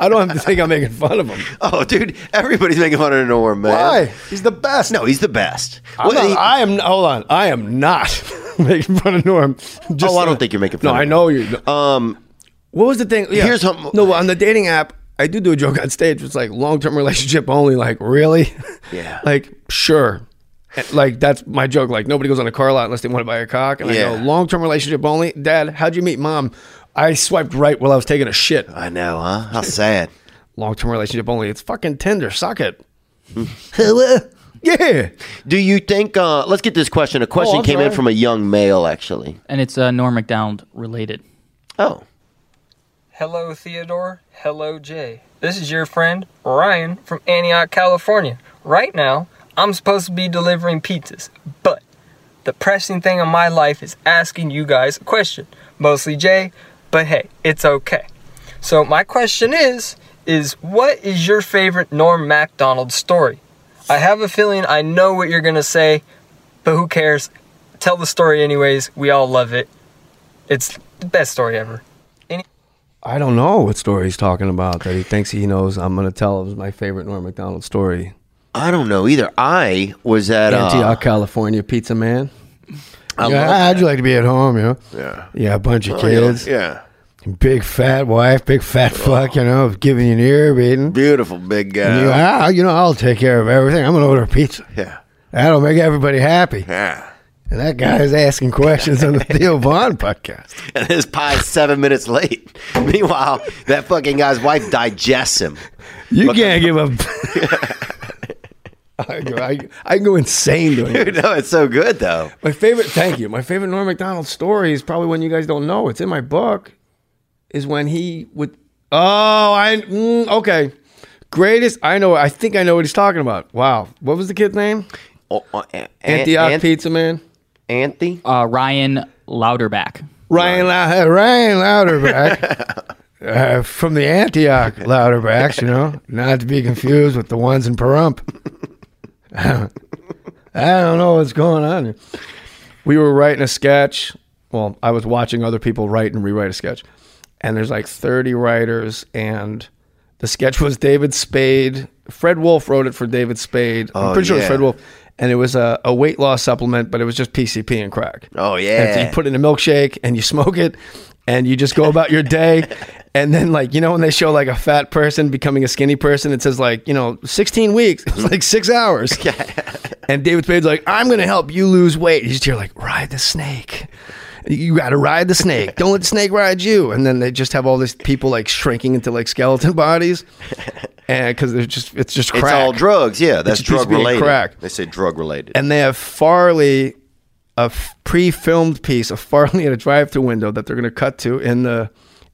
C: I don't have to think I'm making fun of him.
A: oh, dude, everybody's making fun of Norm, man.
E: Why? He's the best.
A: No, he's the best.
C: I'm
A: Well,
C: not-
A: he-
C: I am. Hold on. I am not making fun of Norm. Just
A: oh, I don't
C: uh,
A: think you're making fun.
C: No,
A: of
C: I
A: him.
C: know you.
A: Um,
C: What was the thing? Yeah.
A: Here's something-
C: No, on the dating app, I do do a joke on stage. It's like long term relationship only. Like really?
A: Yeah.
C: like sure. And, Like that's my joke. Like nobody goes on a car lot unless they want to buy a cock. And I
A: Yeah.
C: go long term relationship only. Dad, how'd you meet mom? I swiped right while I was taking a shit.
A: I know, huh? How sad.
C: Long term relationship only. It's fucking Tinder. Suck it. Hello. Yeah.
A: Do you think? Uh, let's get this question. A question
C: Oh, I'm
A: came in
C: sorry.
A: from a young male, actually.
D: and it's uh, Norm Macdonald related.
A: Oh,
F: Hello, Theodore. Hello, Jay. This is your friend, Ryan, from Antioch, California. Right now, I'm supposed to be delivering pizzas, but the pressing thing in my life is asking you guys a question. Mostly Jay, but hey, it's okay. So, my question is is what is your favorite Norm MacDonald story? I have a feeling I know what you're going to say, but who cares? Tell the story anyways. We all love it. It's the best story ever.
C: I don't know what story he's talking about that he thinks he knows. I'm gonna tell is my favorite Norm Macdonald story.
A: I don't know either. I was at uh,
C: Antioch, California, pizza man.
A: I
E: yeah,
A: love-
E: how'd you like to be at home, you know?
A: Yeah.
E: Yeah, a bunch of
A: Oh, yeah, Oh.
E: kids,
A: yeah.
E: big fat wife, big fat fuck, you know, giving you an ear beating.
A: Beautiful big
E: And you,
A: guy.
E: ah, you know, I'll take care of everything. I'm gonna order a pizza.
A: Yeah.
E: That'll make everybody happy.
A: Yeah.
E: And that guy is asking questions on the Theo Vaughn podcast.
A: And his pie's seven minutes late. Meanwhile, that fucking guy's wife digests him.
E: You can't give up. I, go, I, I go insane doing it.
A: Dude, no, it's so good though.
C: My favorite, thank you. My favorite Norm Macdonald story is probably one you guys don't know. It's in my book. Is when he would. Oh, I mm, okay. Greatest. I know. I think I know what he's talking about. Wow. What was the kid's name?
A: Oh, uh, An-
C: Antioch
A: Ant-
C: Pizza Man.
A: Anthy?
D: Uh, Ryan Louderback.
E: Ryan, Lou- Ryan Louderback uh, from the Antioch Louderbacks, you know, not to be confused with the ones in Pahrump. I don't know what's going on. here.
C: we were writing a sketch. Well, I was watching other people write and rewrite a sketch. And there's like 30 writers, and the sketch was David Spade. Fred Wolf wrote it for David Spade. I'm
A: Oh,
C: pretty sure it was
A: yeah.
C: Fred Wolf. And it was a, a weight loss supplement, but it was just PCP and crack.
A: Oh
C: And so
A: yeah.
C: you put it in a milkshake and you smoke it and you just go about your day. And then like, you know, when they show like a fat person becoming a skinny person, it says like, you know, 16 weeks. It was like six hours. and David Spade's like, I'm going to help you lose weight. You just hear like, ride the snake. You got to ride the snake. Don't let the snake ride you. And then they just have all these people like shrinking into like skeleton bodies. And because they're just, it's just crack.
A: it's all drugs, yeah. That's
C: It's a piece of
A: drug related.
C: being crack.
A: They say drug related.
C: and they have Farley, a f- pre-filmed piece of Farley at a drive-through window that they're going to cut to in the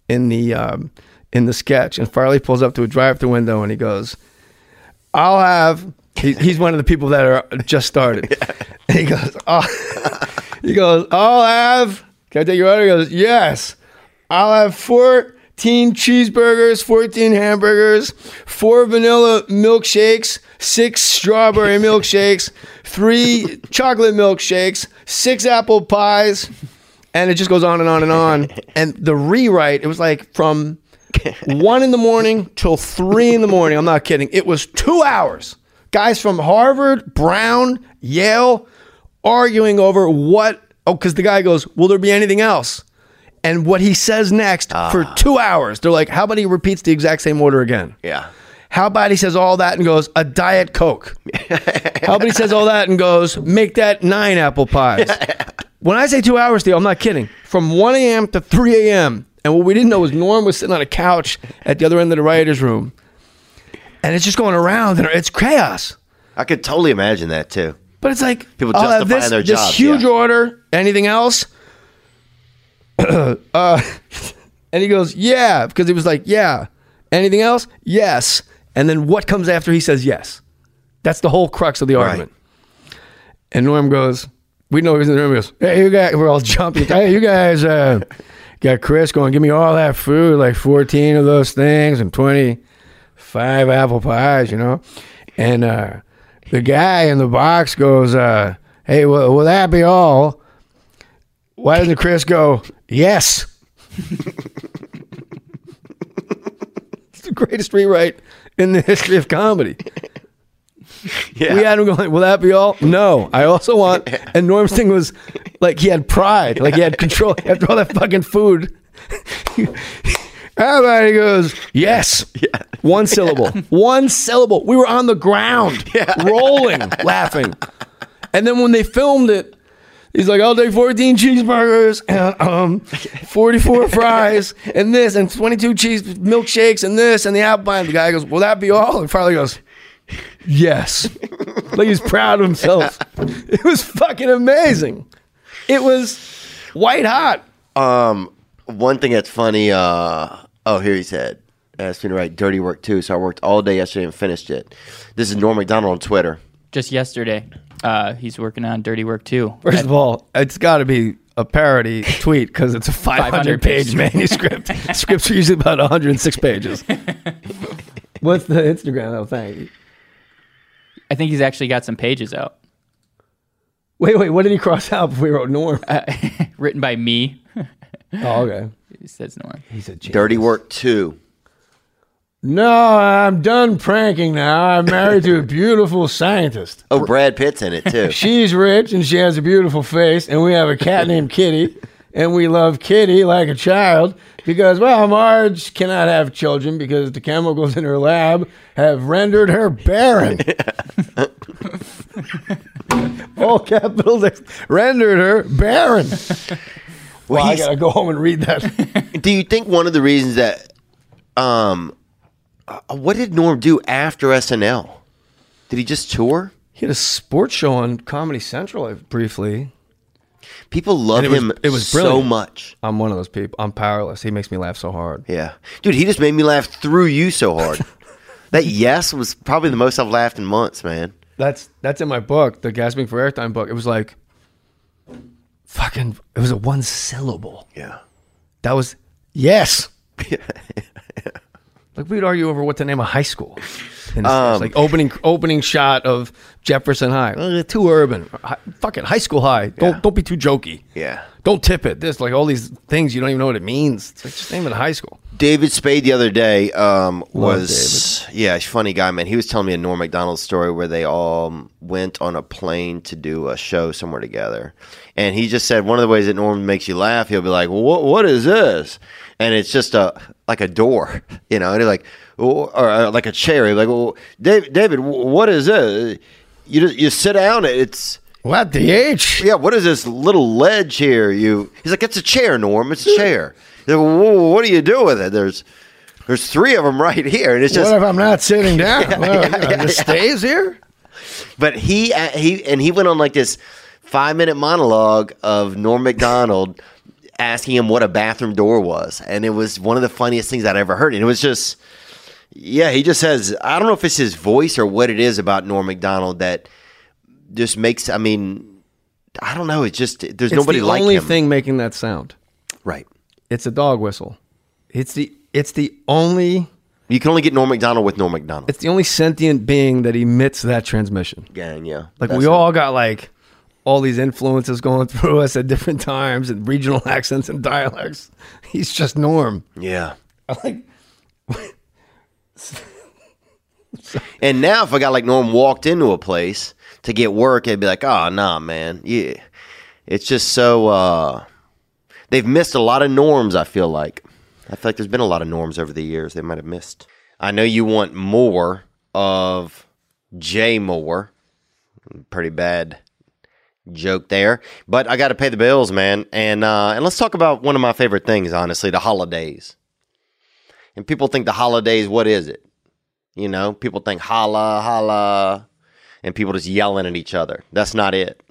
C: in the um, in the sketch. And Farley pulls up to a drive-through window and he goes, "I'll have." He, he's one of the people that are just started. And he goes, oh, he goes, I'll have. Can I take your order? He goes, yes. I'll have 14 cheeseburgers, 14 hamburgers, four vanilla milkshakes, six strawberry milkshakes, three chocolate milkshakes, six apple pies. And it just goes on and on and on. And the rewrite, it was like from one in the morning till three in the morning. I'm not kidding. It was two hours. Guys from Harvard, Brown, Yale arguing over what, oh, because the guy goes, Will there be anything else? And what he says next for two hours. They're like, How about he repeats the exact same order again?
A: Yeah.
C: How about he says all that and goes, a Diet Coke? How about he says all that and goes, make that nine apple pies? When I say two hours, Theo, I'm not kidding. From 1 a.m. to 3 a.m. And what we didn't know was Norm was sitting on a couch at the other end of the writer's room. And it's just going around and it's chaos.
A: I could totally imagine that too.
C: But it's like
A: People
C: I'll have
A: justifying
C: this,
A: their
C: this
A: jobs,
C: huge
A: yeah.
C: order. Anything else? uh, and he goes, "Yeah," because he was like, "Yeah." Anything else? Yes. And then what comes after he says yes? That's the whole crux of the argument. And Norm goes, "We know he's in the room." He goes,
E: Hey, you guys, we're all jumping. hey, you guys uh, got Chris going, give me all that food, like 14 of those things and 25 apple pies, you know? And uh, the guy in the box goes, uh, hey, will, will that be all? Why doesn't Chris go, yes?
C: "It's the greatest rewrite in the history of comedy."
A: Yeah.
C: We had him going, Will that be all? No. I also want. And Norm's thing was like he had pride, like he had control after all that fucking food.
E: Everybody goes,
C: Yes. One syllable. One syllable. We were on the ground, rolling, laughing. And then when they filmed it, he's like, I'll take 14 cheeseburgers and um, 44 fries and this and 22 cheese milkshakes and this and the apple pie. And the guy goes, Will that be all? And finally goes, Yes. like he's proud of himself. It was fucking amazing. It was white hot.
A: Um, one thing that's funny. Uh, oh, here he said, asked me to write dirty work too, so I worked all day yesterday and finished it. This is Norm McDonald on Twitter.
D: Just yesterday, uh, he's working on Dirty Work too.
C: First of all, it's got to be a parody tweet because it's a 500 page manuscript. Scripts are usually about 106 pages. What's the Instagram? Oh, thank you.
D: I think he's actually got some pages out,
C: Wait, wait, what did he cross out before he wrote Norm?
D: written by me.
C: oh, okay.
D: He says Norm.
C: He's a genius.
A: Dirty work too.
E: no, I'm done pranking now. I'm married to a beautiful scientist.
A: Oh, Brad Pitt's in it too.
E: She's rich and she has a beautiful face, and we have a cat named Kitty, and we love Kitty like a child because, well, Marge cannot have children because the chemicals in her lab have rendered her barren. All capitals rendered her barren. Well, I
A: he's-
E: gotta go home and read that.
A: do you think one of the reasons that, um, uh, what did Norm do after SNL? Did he just tour?
C: He had a sports show on Comedy Central I- briefly.
A: People love
C: And it was-
A: him
C: it was
A: so
C: brilliant.
A: much.
C: I'm one of those people. I'm powerless. He makes me laugh so hard.
A: Yeah. Dude, he just made me laugh through you so hard. that yes was probably the most I've laughed in months, man.
C: That's that's in my book, the Gasping for Airtime book. It was like fucking, it was a one syllable.
A: Yeah.
C: That was yes. like we'd argue over what to name a high school. In this
A: Um,
C: case. like opening opening shot of Jefferson High, Uh, too urban, Hi- fucking high school high. Don't
A: Yeah.
C: don't be too jokey.
A: Yeah.
C: Don't tip it. This like all these things you don't even know what it means. It's like just name it high school.
A: David Spade the other day um, was yeah, he's a funny guy, man. He was telling me a Norm Macdonald story where they all um, went on a plane to do a show somewhere together, and he just said one of the ways that Norm makes you laugh, he'll be like, "What? What is this?" And it's just a like a door, you know, and he's like, or, or uh, like a chair. He's like, well, David, David, wh- what is this? You just, you sit down. It's
E: What the H?
A: yeah, what is this little ledge here? You, he's like, it's a chair, Norm. It's a chair. He's like, "Whoa, what do you do with it? There's, there's three of them right here, and it's just.
E: what if I'm not sitting down? Well, you know, it just stays here?
A: But he, uh, he, and he went on like this five minute monologue of Norm Macdonald asking him what a bathroom door was, and it was one of the funniest things I'd ever heard. And it was just, yeah, he just says, I don't know if it's his voice or what it is about Norm Macdonald that just makes. I mean, I don't know. It's just there's
C: It's
A: nobody
C: the
A: like
C: only
A: him,
C: thing making that sound.
A: right?
C: It's a dog whistle. It's the it's the only
A: You can only get Norm McDonald with Norm McDonald.
C: it's the only sentient being that emits that transmission.
A: Gang, yeah.
C: Like
A: That's
C: we
A: it.
C: all got like all these influences going through us at different times and regional accents and dialects.
E: He's just Norm.
A: Yeah.
C: I like
A: And now, if a guy like Norm walked into a place to get work, it'd be like, oh, nah, man. Yeah. It's just so, uh, they've missed a lot of norms, I feel like. I feel like there's been a lot of norms over the years they might have missed. I know you want more of Jay Moore. Pretty bad joke there. But I got to pay the bills, man. And, uh, and let's talk about one of my favorite things, honestly, the holidays. And people think the holidays, what is it? You know, people think holla, holla, and people just yelling at each other. That's not it.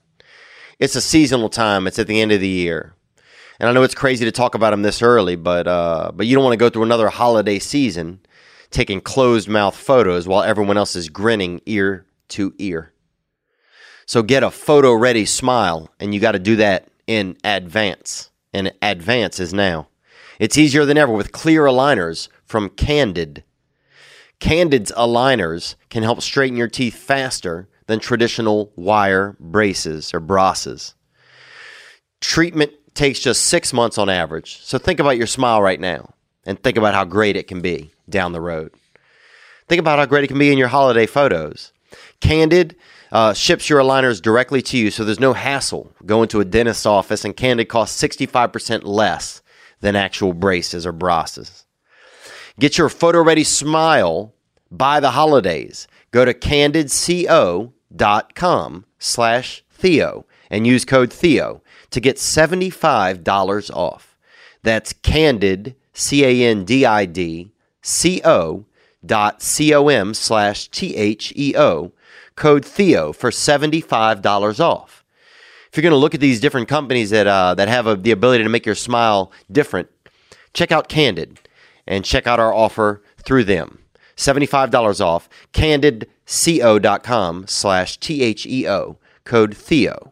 A: It's a seasonal time, it's at the end of the year. And I know it's crazy to talk about them this early, but uh, but you don't want to go through another holiday season taking closed mouth photos while everyone else is grinning ear to ear. So get a photo ready smile, and you got to do that in advance. And advance is now. It's easier than ever with clear aligners from Candid. Candid's aligners can help straighten your teeth faster than traditional wire braces or brosses. Treatment takes just six months on average, so think about your smile right now and think about how great it can be down the road. Think about how great it can be in your holiday photos. Candid uh, ships your aligners directly to you, so there's no hassle going to a dentist's office, and Candid costs 65% less than actual braces or brosses. Get your photo ready smile by the holidays. Go to candidco.com slash Theo and use code Theo to get $75 off. That's candid, C A N D I D, C O dot C O M slash T H E O, code Theo for $75 off if you're going to look at these different companies that uh, that have a, the ability to make your smile different, check out Candid and check out our offer through them. $75 off, candidco.com slash T-H-E-O, code Theo.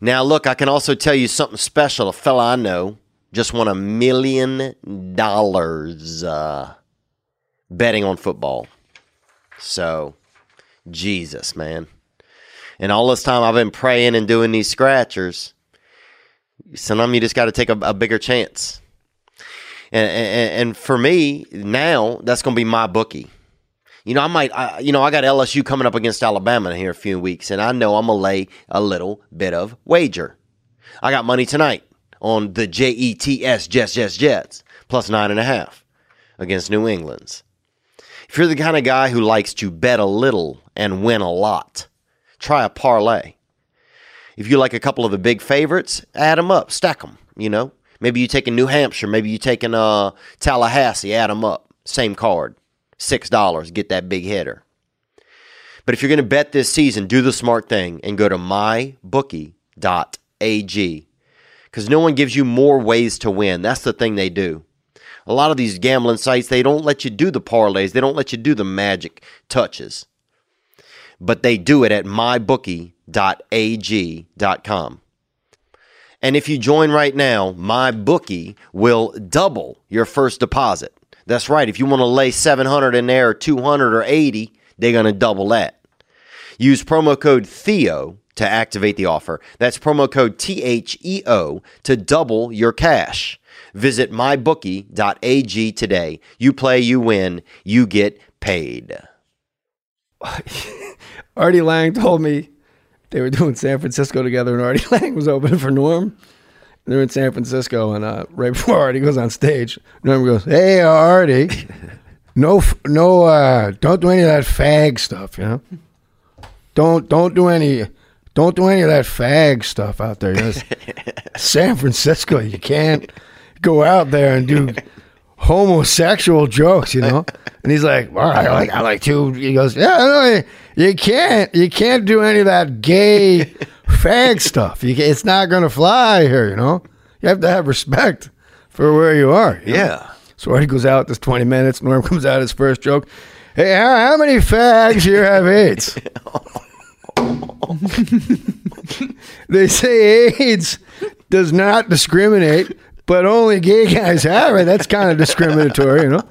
A: Now, look, I can also tell you something special. A fella I know just won a million dollars uh, betting on football. So, Jesus, man. And all this time I've been praying and doing these scratchers. Sometimes you just got to take a, a bigger chance. And, and, and for me now, that's going to be my bookie. You know, I might, I, you know, I got LSU coming up against Alabama here in a few weeks, and I know I'm going to lay a little bit of wager. I got money tonight on the J E T S Jets, Jets, Jets, plus nine and a half against New England's. If you're the kind of guy who likes to bet a little and win a lot, try a parlay. If you like a couple of the big favorites, add them up, stack them. You know, maybe you taking New Hampshire, maybe you taking uh, Tallahassee, add them up. Same card, six dollars, get that big hitter. But if you're going to bet this season, do the smart thing and go to mybookie.ag because no one gives you more ways to win. That's the thing they do. A lot of these gambling sites, they don't let you do the parlays, they don't let you do the magic touches but they do it at mybookie.ag.com. And if you join right now, MyBookie will double your first deposit. That's right. If you want to lay 700 in there or 200 or 80, they're going to double that. Use promo code Theo to activate the offer. That's promo code T H E O to double your cash. Visit mybookie.ag today. You play, you win, you get paid.
C: Artie Lang told me they were doing San Francisco together, and Artie Lang was opening for Norm. And they're in San Francisco, and uh, right before Artie goes on stage,
E: Norm goes, "Hey, Artie, no, f- no, uh, don't do any of that fag stuff, you know. Don't, don't do any, don't do any of that fag stuff out there. You know? It's San Francisco, you can't go out there and do homosexual jokes, you know." And he's like, "All right, I like, I like to." He goes, "Yeah, no, you, you can't, you can't do any of that gay fag stuff. You, ca- it's not gonna fly here, you know. You have to have respect for where you are." you know?
A: Yeah.
E: So Artie goes out, does 20 minutes. Norm comes out, his first joke. Hey, how, how many fags here have AIDS? they say AIDS does not discriminate, but only gay guys have it. That's kind of discriminatory, you know?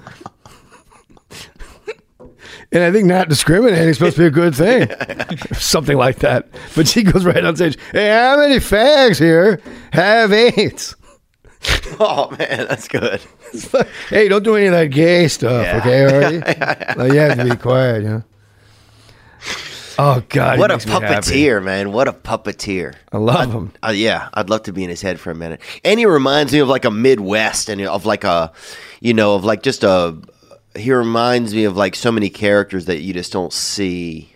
E: And I think not discriminating is supposed to be a good thing. Something like that. But she goes right on stage. Hey, how many fags here have AIDS?
A: Oh man, that's good.
C: hey, don't do any of that gay stuff,
A: Yeah.
C: okay? Already? Like, you have to be quiet, you know? Oh, God. he
A: What a
C: makes me happy.
A: puppeteer, man! What a puppeteer.
C: I love him.
A: Uh, yeah, I'd love to be in his head for a minute. And he reminds me of like a Midwest and of like a, you know, of like just a. He reminds me of like so many characters that you just don't see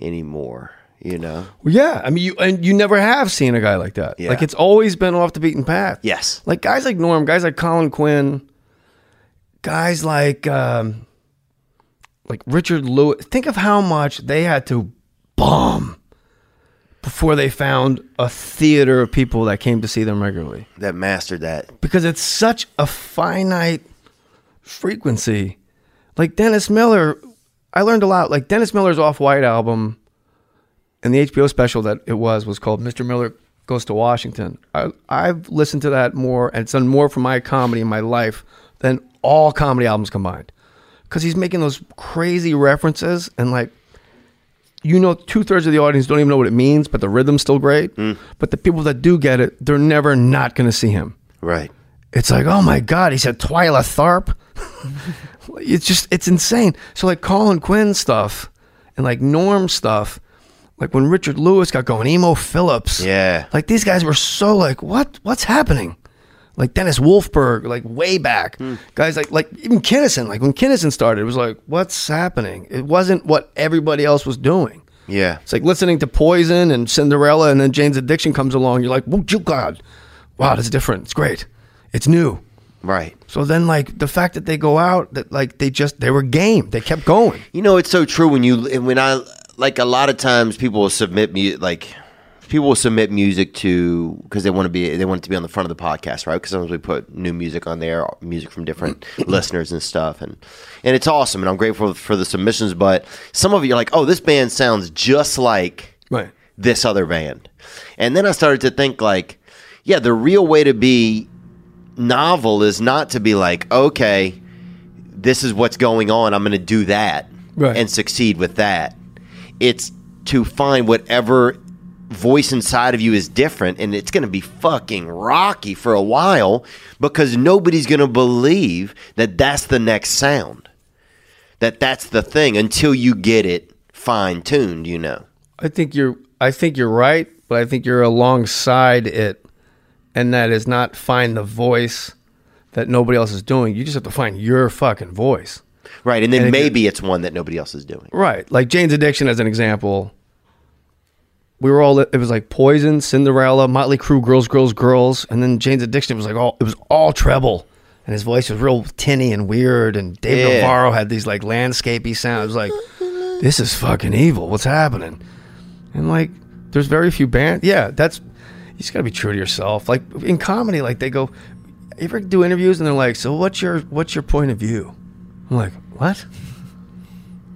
A: anymore. You know?
C: Well, yeah, I mean, you and you never have seen a guy like that.
A: Yeah.
C: Like it's always been off the beaten path.
A: Yes.
C: like guys like Norm, guys like Colin Quinn, guys like um, like Richard Lewis. Think of how much they had to bomb before they found a theater of people that came to see them regularly.
A: That mastered that.
C: Because it's such a finite frequency. Like Dennis Miller, I learned a lot. Like Dennis Miller's Off White album and the HBO special that it was was called Mr. Miller Goes to Washington. I, I've listened to that more, and it's done more for my comedy in my life than all comedy albums combined. Because he's making those crazy references, and like, you know, two thirds of the audience don't even know what it means, but the rhythm's still great. But the people that do get it, they're never not going to see him
A: Right.
C: it's like, oh my God, he said Twyla Tharp. it's just, it's insane. So, like, Colin Quinn stuff and like Norm stuff, like when Richard Lewis got going, Emo Phillips.
A: Yeah.
C: Like, these guys were so like, what? What's happening? Like Dennis Wolfberg, like way back, guys like like even Kinnison. Like when Kinnison started, it was like, what's happening? It wasn't what everybody else was doing.
A: Yeah.
C: It's like listening to Poison and Cinderella, and then Jane's Addiction comes along. You're like, "Whoa, you God, wow, that's different. It's great. It's new."
A: Right.
C: So then, like the fact that they go out, that like they just they were game. They kept going.
A: You know, it's so true when you and when I like a lot of times people will submit me like people will submit music to because they want to be they want it to be on the front of the podcast, right? Because sometimes we put new music on there, music from different listeners and stuff, and and it's awesome, and I'm grateful for the submissions. But some of you are like, oh, this band sounds just like
C: Right.
A: this other band. And then I started to think like, yeah, the real way to be novel is not to be like, okay, this is what's going on. I'm going to do that
C: Right.
A: and succeed with that. It's to find whatever voice inside of you is different and it's going to be fucking rocky for a while because nobody's going to believe that that's the next sound. That that's the thing until you get it fine tuned, you know.
C: I think you're. I think you're right, but I think you're alongside it, and that is not find the voice that nobody else is doing. You just have to find your fucking voice.
A: Right, and then
C: And if
A: maybe it's one that nobody else is doing.
C: Right. Like Jane's Addiction as an example. We were all it was like Poison, Cinderella, Motley Crue, Girls, Girls, Girls, and then Jane's Addiction was like all it was all treble. And his voice was real tinny and weird and David
A: Yeah.
C: Navarro had these like landscapey sounds. It was like this is fucking evil. What's happening? And like there's very few bands. Yeah, that's you just gotta be true to yourself. Like in comedy, like they go you ever do interviews and they're like, So what's your what's your point of view? I'm like, What?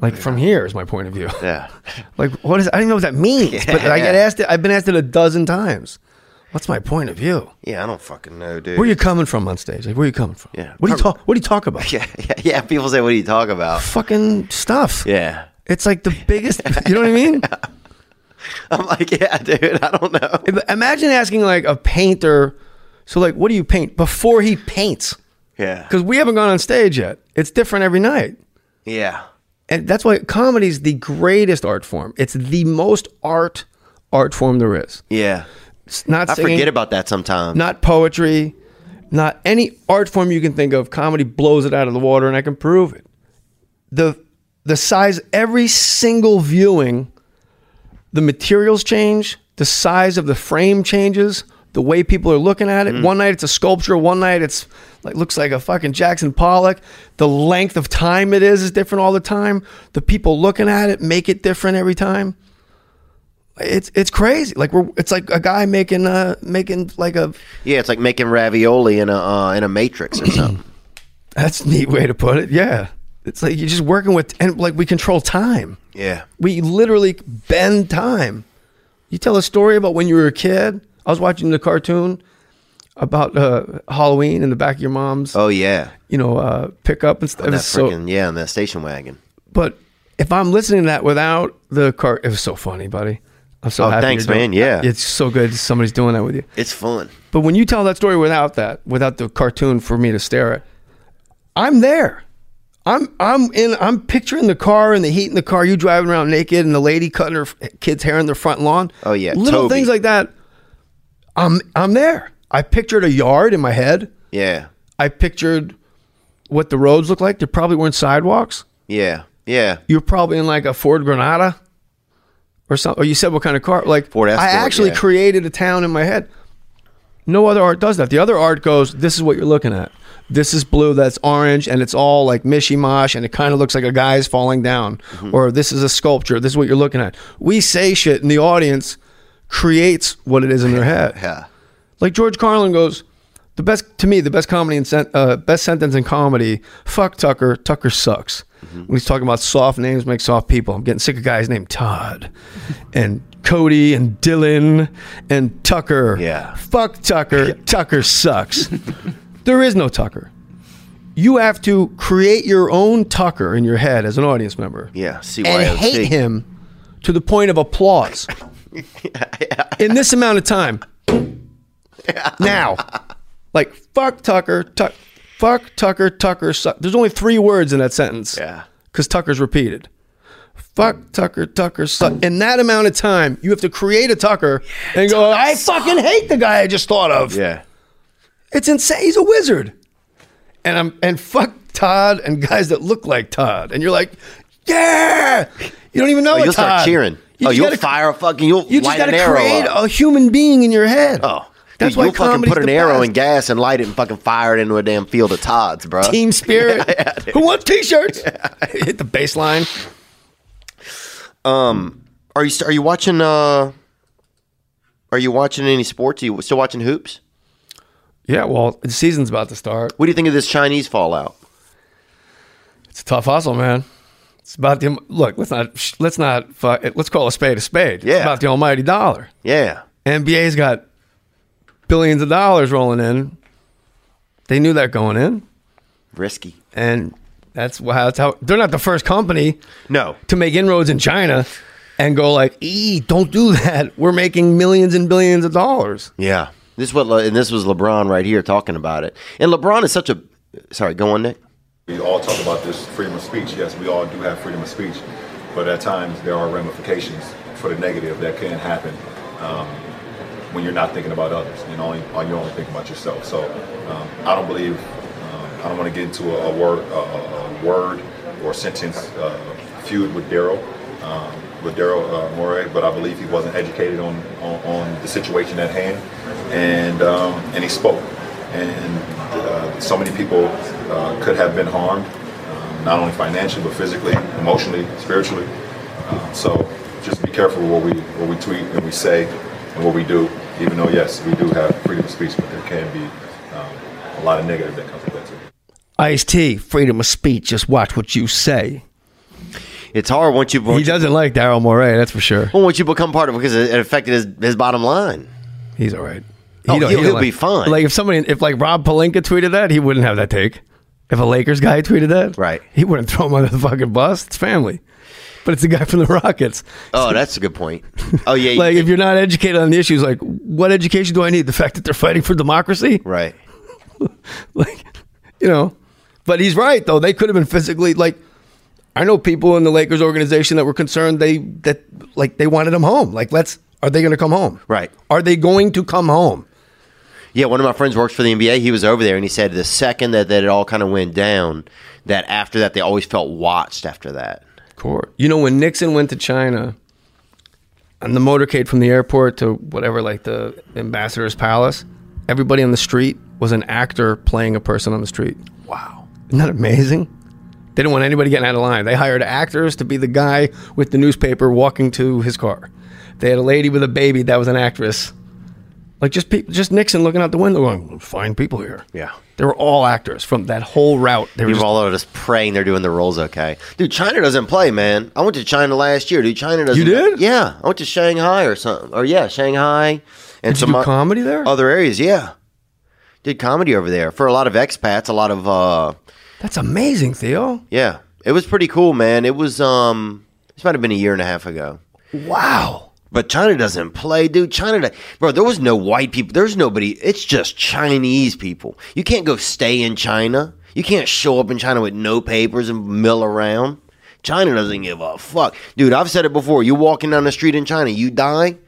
C: Like from here is my point of view.
A: Yeah,
C: Like what is I don't even know what that means. But I get
A: Yeah.
C: asked it I've been asked it a dozen times. What's my point of view?
A: yeah, I don't fucking know, dude.
C: Where are you coming from on stage? Like where are you coming from?
A: Yeah.
C: What do you talk what do you talk about?
A: yeah, yeah, yeah. People say, "What do you talk about?"
C: Fucking stuff.
A: Yeah,
C: It's like the biggest you know what I mean?
A: I'm like, yeah, dude. I don't know.
C: Imagine asking like a painter, so like what do you paint? Before he paints.
A: Yeah,
C: Because we haven't gone on stage yet. It's different every night.
A: yeah,
C: and that's why comedy is the greatest art form. It's the most art art form there is.
A: yeah.
C: It's not
A: I
C: singing,
A: forget about that sometimes.
C: not poetry, not any art form you can think of. Comedy blows it out of the water, and I can prove it. the The size, every single viewing, the materials change, the size of the frame changes, the way people are looking at it. One night it's a sculpture, one night it's like looks like a fucking Jackson Pollock. The length of time it is is different all the time. The people looking at it make it different every time it's it's crazy. Like we're it's like a guy making uh making like a
A: yeah, it's like making ravioli in a uh, in a matrix or something.
C: that's a neat way to put it. Yeah, it's like you're just working with and like we control time.
A: yeah,
C: We literally bend time. You tell a story about when you were a kid. I was watching the cartoon about uh, Halloween in the back of your mom's
A: oh yeah,
C: you know uh, pickup and stuff. It
A: that
C: was so-
A: freaking yeah, in that station wagon.
C: but if I'm listening to that without the car, it was so funny, buddy. I'm so
A: Oh,
C: happy.
A: thanks,
C: you're doing-
A: man. Yeah.
C: it's so good. Somebody's doing that with you.
A: It's fun.
C: But when you tell that story without that, without the cartoon for me to stare at, I'm there. I'm I'm in. I'm picturing the car and the heat in the car. You driving around naked and the lady cutting her f- kid's hair in the front lawn.
A: Oh, yeah,
C: little
A: Toby.
C: things like that. I'm I'm there. I pictured a yard in my head.
A: Yeah.
C: I pictured what the roads look like. There probably weren't sidewalks.
A: Yeah. Yeah.
C: You're probably in like a Ford Granada or something. Or you said what kind of car? Like
A: Ford Escort,
C: I actually
A: yeah.
C: created a town in my head. No other art does that. The other art goes, this is what you're looking at. This is blue, that's orange, and it's all like mishmash, and it kind of looks like a guy's falling down.
A: Mm-hmm.
C: Or this is a sculpture. This is what you're looking at. We say shit, and the audience creates what it is in their head.
A: Yeah.
C: Like George Carlin goes, the best to me, the best comedy and sen- uh, best sentence in comedy. Fuck Tucker. Tucker sucks.
A: Mm-hmm.
C: When he's talking about soft names make soft people, I'm getting sick of guys named Todd, and Cody, and Dylan, and Tucker.
A: Yeah.
C: Fuck Tucker. Tucker sucks. there is no Tucker. You have to create your own Tucker in your head as an audience member
A: Yeah. CYOT.
C: and hate him to the point of applause in this amount of time. now, like fuck Tucker, tuck, fuck Tucker, Tucker. Suck. There's only three words in that sentence.
A: Yeah.
C: because Tucker's repeated. Fuck Tucker, Tucker. Suck. In that amount of time, you have to create a Tucker and go. I fucking hate the guy I just thought of.
A: Yeah.
C: It's insane. He's a wizard. And I'm and fuck Todd and guys that look like Todd. And you're like, yeah. You don't even know
A: Oh,
C: it's
A: you'll start
C: Todd.
A: cheering. oh,
C: just
A: you'll
C: gotta-
A: fire a fucking. You'll
C: You just
A: light
C: got
A: an
C: to
A: arrow.
C: create
A: up.
C: a human being in your head.
A: Oh.
C: that's
A: Dude,
C: why
A: you'll fucking
C: comedy's
A: put an
C: the
A: arrow
C: best.
A: in gas and light it and fucking fire it into a damn field of Todd's, bro.
C: Team spirit. Who wants t-shirts? Hit the baseline.
A: Are you are you watching? uh Are you watching any sports? Are you still watching hoops?
C: Yeah, well, the season's about to start.
A: What do you think of this Chinese fallout?
C: It's a tough hustle, man. It's about the look. Let's not let's not fuck, let's call a spade a spade.
A: Yeah.
C: It's about the almighty dollar.
A: Yeah,
C: NBA's got billions of dollars rolling in. They knew that going in,
A: risky.
C: and that's why that's how they're not the first company
A: No,
C: to make inroads in China and go like, "Ee, don't do that. We're making millions and billions of dollars."
A: yeah. This is what Le- and this was LeBron right here talking about it. And LeBron is such a sorry. Go on, Nick.
G: We all talk about this freedom of speech. Yes, we all do have freedom of speech, but at times there are ramifications for the negative that can happen um, when you're not thinking about others and only or you're only thinking about yourself. So um, I don't believe um, I don't want to get into a, a word a, a- a word or sentence uh, feud with Daryl um, with Daryl uh, Morey, but I believe he wasn't educated on, on on the situation at hand, and um, and he spoke and uh, so many people uh, could have been harmed, um, not only financially but physically, emotionally, spiritually. Uh, so just be careful what we what we tweet and we say and what we do. Even though yes, we do have freedom of speech, but there can be um, a lot of negative that comes with that too.
C: Ice T, freedom of speech. Just watch what you say.
A: It's hard once you
C: He
A: once,
C: doesn't like Daryl Morey, that's for sure.
A: you, once you become part of it because it, it affected his, his bottom line.
C: He's all right.
A: Oh,
C: don't-
A: he'll-
C: don't
A: he'll
C: like-
A: be fine.
C: Like if somebody, if like Rob Palinka tweeted that, he wouldn't have that take. If a Lakers guy tweeted that,
A: Right.
C: he wouldn't throw him under the fucking bus. It's family, but it's the guy from the Rockets.
A: Oh, that's a good point. Oh yeah,
C: Like if you're not educated on the issues, like what education do I need? The fact that they're fighting for democracy,
A: right.
C: like you know. But he's right though. They could have been physically like. I know people in the Lakers organization that were concerned they that like they wanted him home. Like let's are they going to come home?
A: Right.
C: Are they going to come home?
A: Yeah, one of my friends works for the NBA. He was over there, and he said the second that, that it all kind of went down, that after that they always felt watched. After that,
C: court. You know, when Nixon went to China on the motorcade from the airport to whatever, like the ambassador's palace, everybody on the street was an actor playing a person on the street. Wow. Isn't that amazing? They didn't want anybody getting out of line. They hired actors to be the guy with the newspaper walking to his car. They had a lady with a baby that was an actress. Like just people, just Nixon looking out the window, going, "Fine people here."
A: Yeah.
C: they were all actors from that whole route. They were
A: People
C: just
A: all are just praying they're doing the roles okay. Dude, China doesn't play, man. I went to China last year, dude. China doesn't.
C: You did?
A: Yeah, I went to Shanghai or something. Or yeah, Shanghai and
C: Did you
A: some
C: do
A: o-
C: comedy there?
A: other areas. Yeah, did comedy over there for a lot of expats. A lot of uh,
C: That's amazing, Theo.
A: yeah, it was pretty cool, man. It was um, this might have been a year and a half ago.
C: Wow.
A: But China doesn't play, dude. China, do- bro. There was no white people. There's nobody. It's just Chinese people. You can't go stay in China. You can't show up in China with no papers and mill around. China doesn't give a fuck, dude. I've said it before. You walking down the street in China, you die.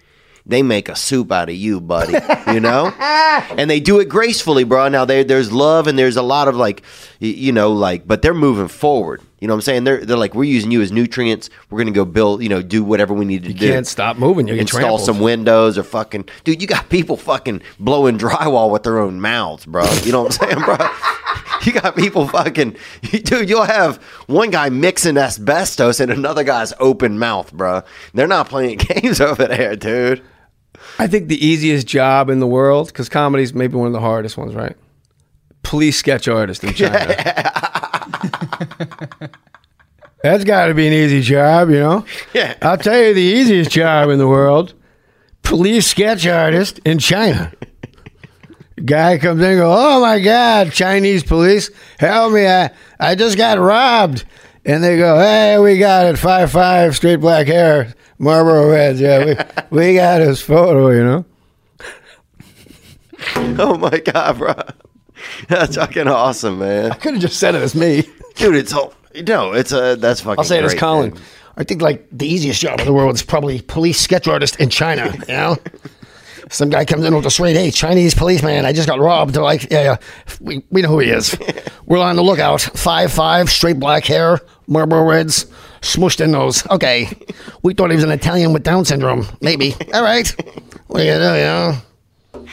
A: They make a soup out of you, buddy. You know, and they do it gracefully, bro. Now they, there's love and there's a lot of like, y- you know, like, but they're moving forward. You know what I'm saying? They're they're like, we're using you as nutrients. We're gonna go build, you know, do whatever we need to do
E: Can't stop moving. You get
A: install
E: trampled.
A: some windows or fucking dude you got people fucking blowing drywall with their own mouths bro you know what i'm saying bro you got people fucking dude you'll have one guy mixing asbestos in another guy's open mouth bro they're not playing games over there dude
C: I think the easiest job in the world, because comedy's maybe one of the hardest ones, right? Police sketch artist in China.
E: That's got to be an easy job, you know?
A: Yeah.
E: I'll tell you the easiest job in the world police sketch artist in China. Guy comes in and goes, Oh my God, Chinese police, help me. I, I just got robbed. And they go, Hey, we got it. Five, five, straight black hair, Marlboro Reds. Yeah, we, we got his photo, you know?
A: oh my god bro that's fucking awesome man
E: Could have just said it as me.
A: dude it's all no it's a that's fucking
E: I'll say it as
A: great,
E: Colin.
A: man.
E: I think like the easiest job in the world is probably police sketch artist in China. You know, some guy comes in with a straight A, Chinese policeman. I just got robbed. They're like, yeah, yeah, we, we know who he is. We're on the lookout. Five five, straight black hair, Marlboro Reds, smushed in those. Okay, we thought he was an Italian with Down syndrome. Maybe. All right. What are you gonna do? You know.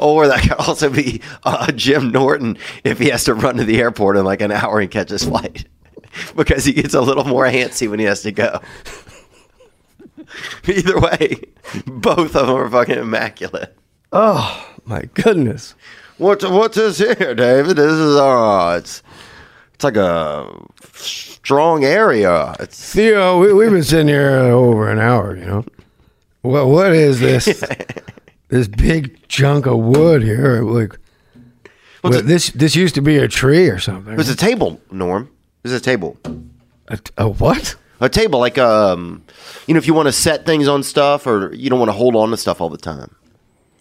A: Or that could also be uh, Jim Norton if he has to run to the airport in like an hour and catch his flight because he gets a little more antsy when he has to go. Either way, both of them are fucking immaculate.
C: My goodness.
A: What's what's this here, David? This is uh, it's it's like a strong area. It's
E: Theo, Oh, we, we've been sitting here over an hour, you know. Well, what is this? this big chunk of wood here. Like,
A: What's
E: well,
A: it-
E: this this used to be a tree or something.
A: it's a table, Norm. It's a table.
E: a, a what?
A: A table like um, you know, if you want to set things on stuff or you don't want to hold on to stuff all the time.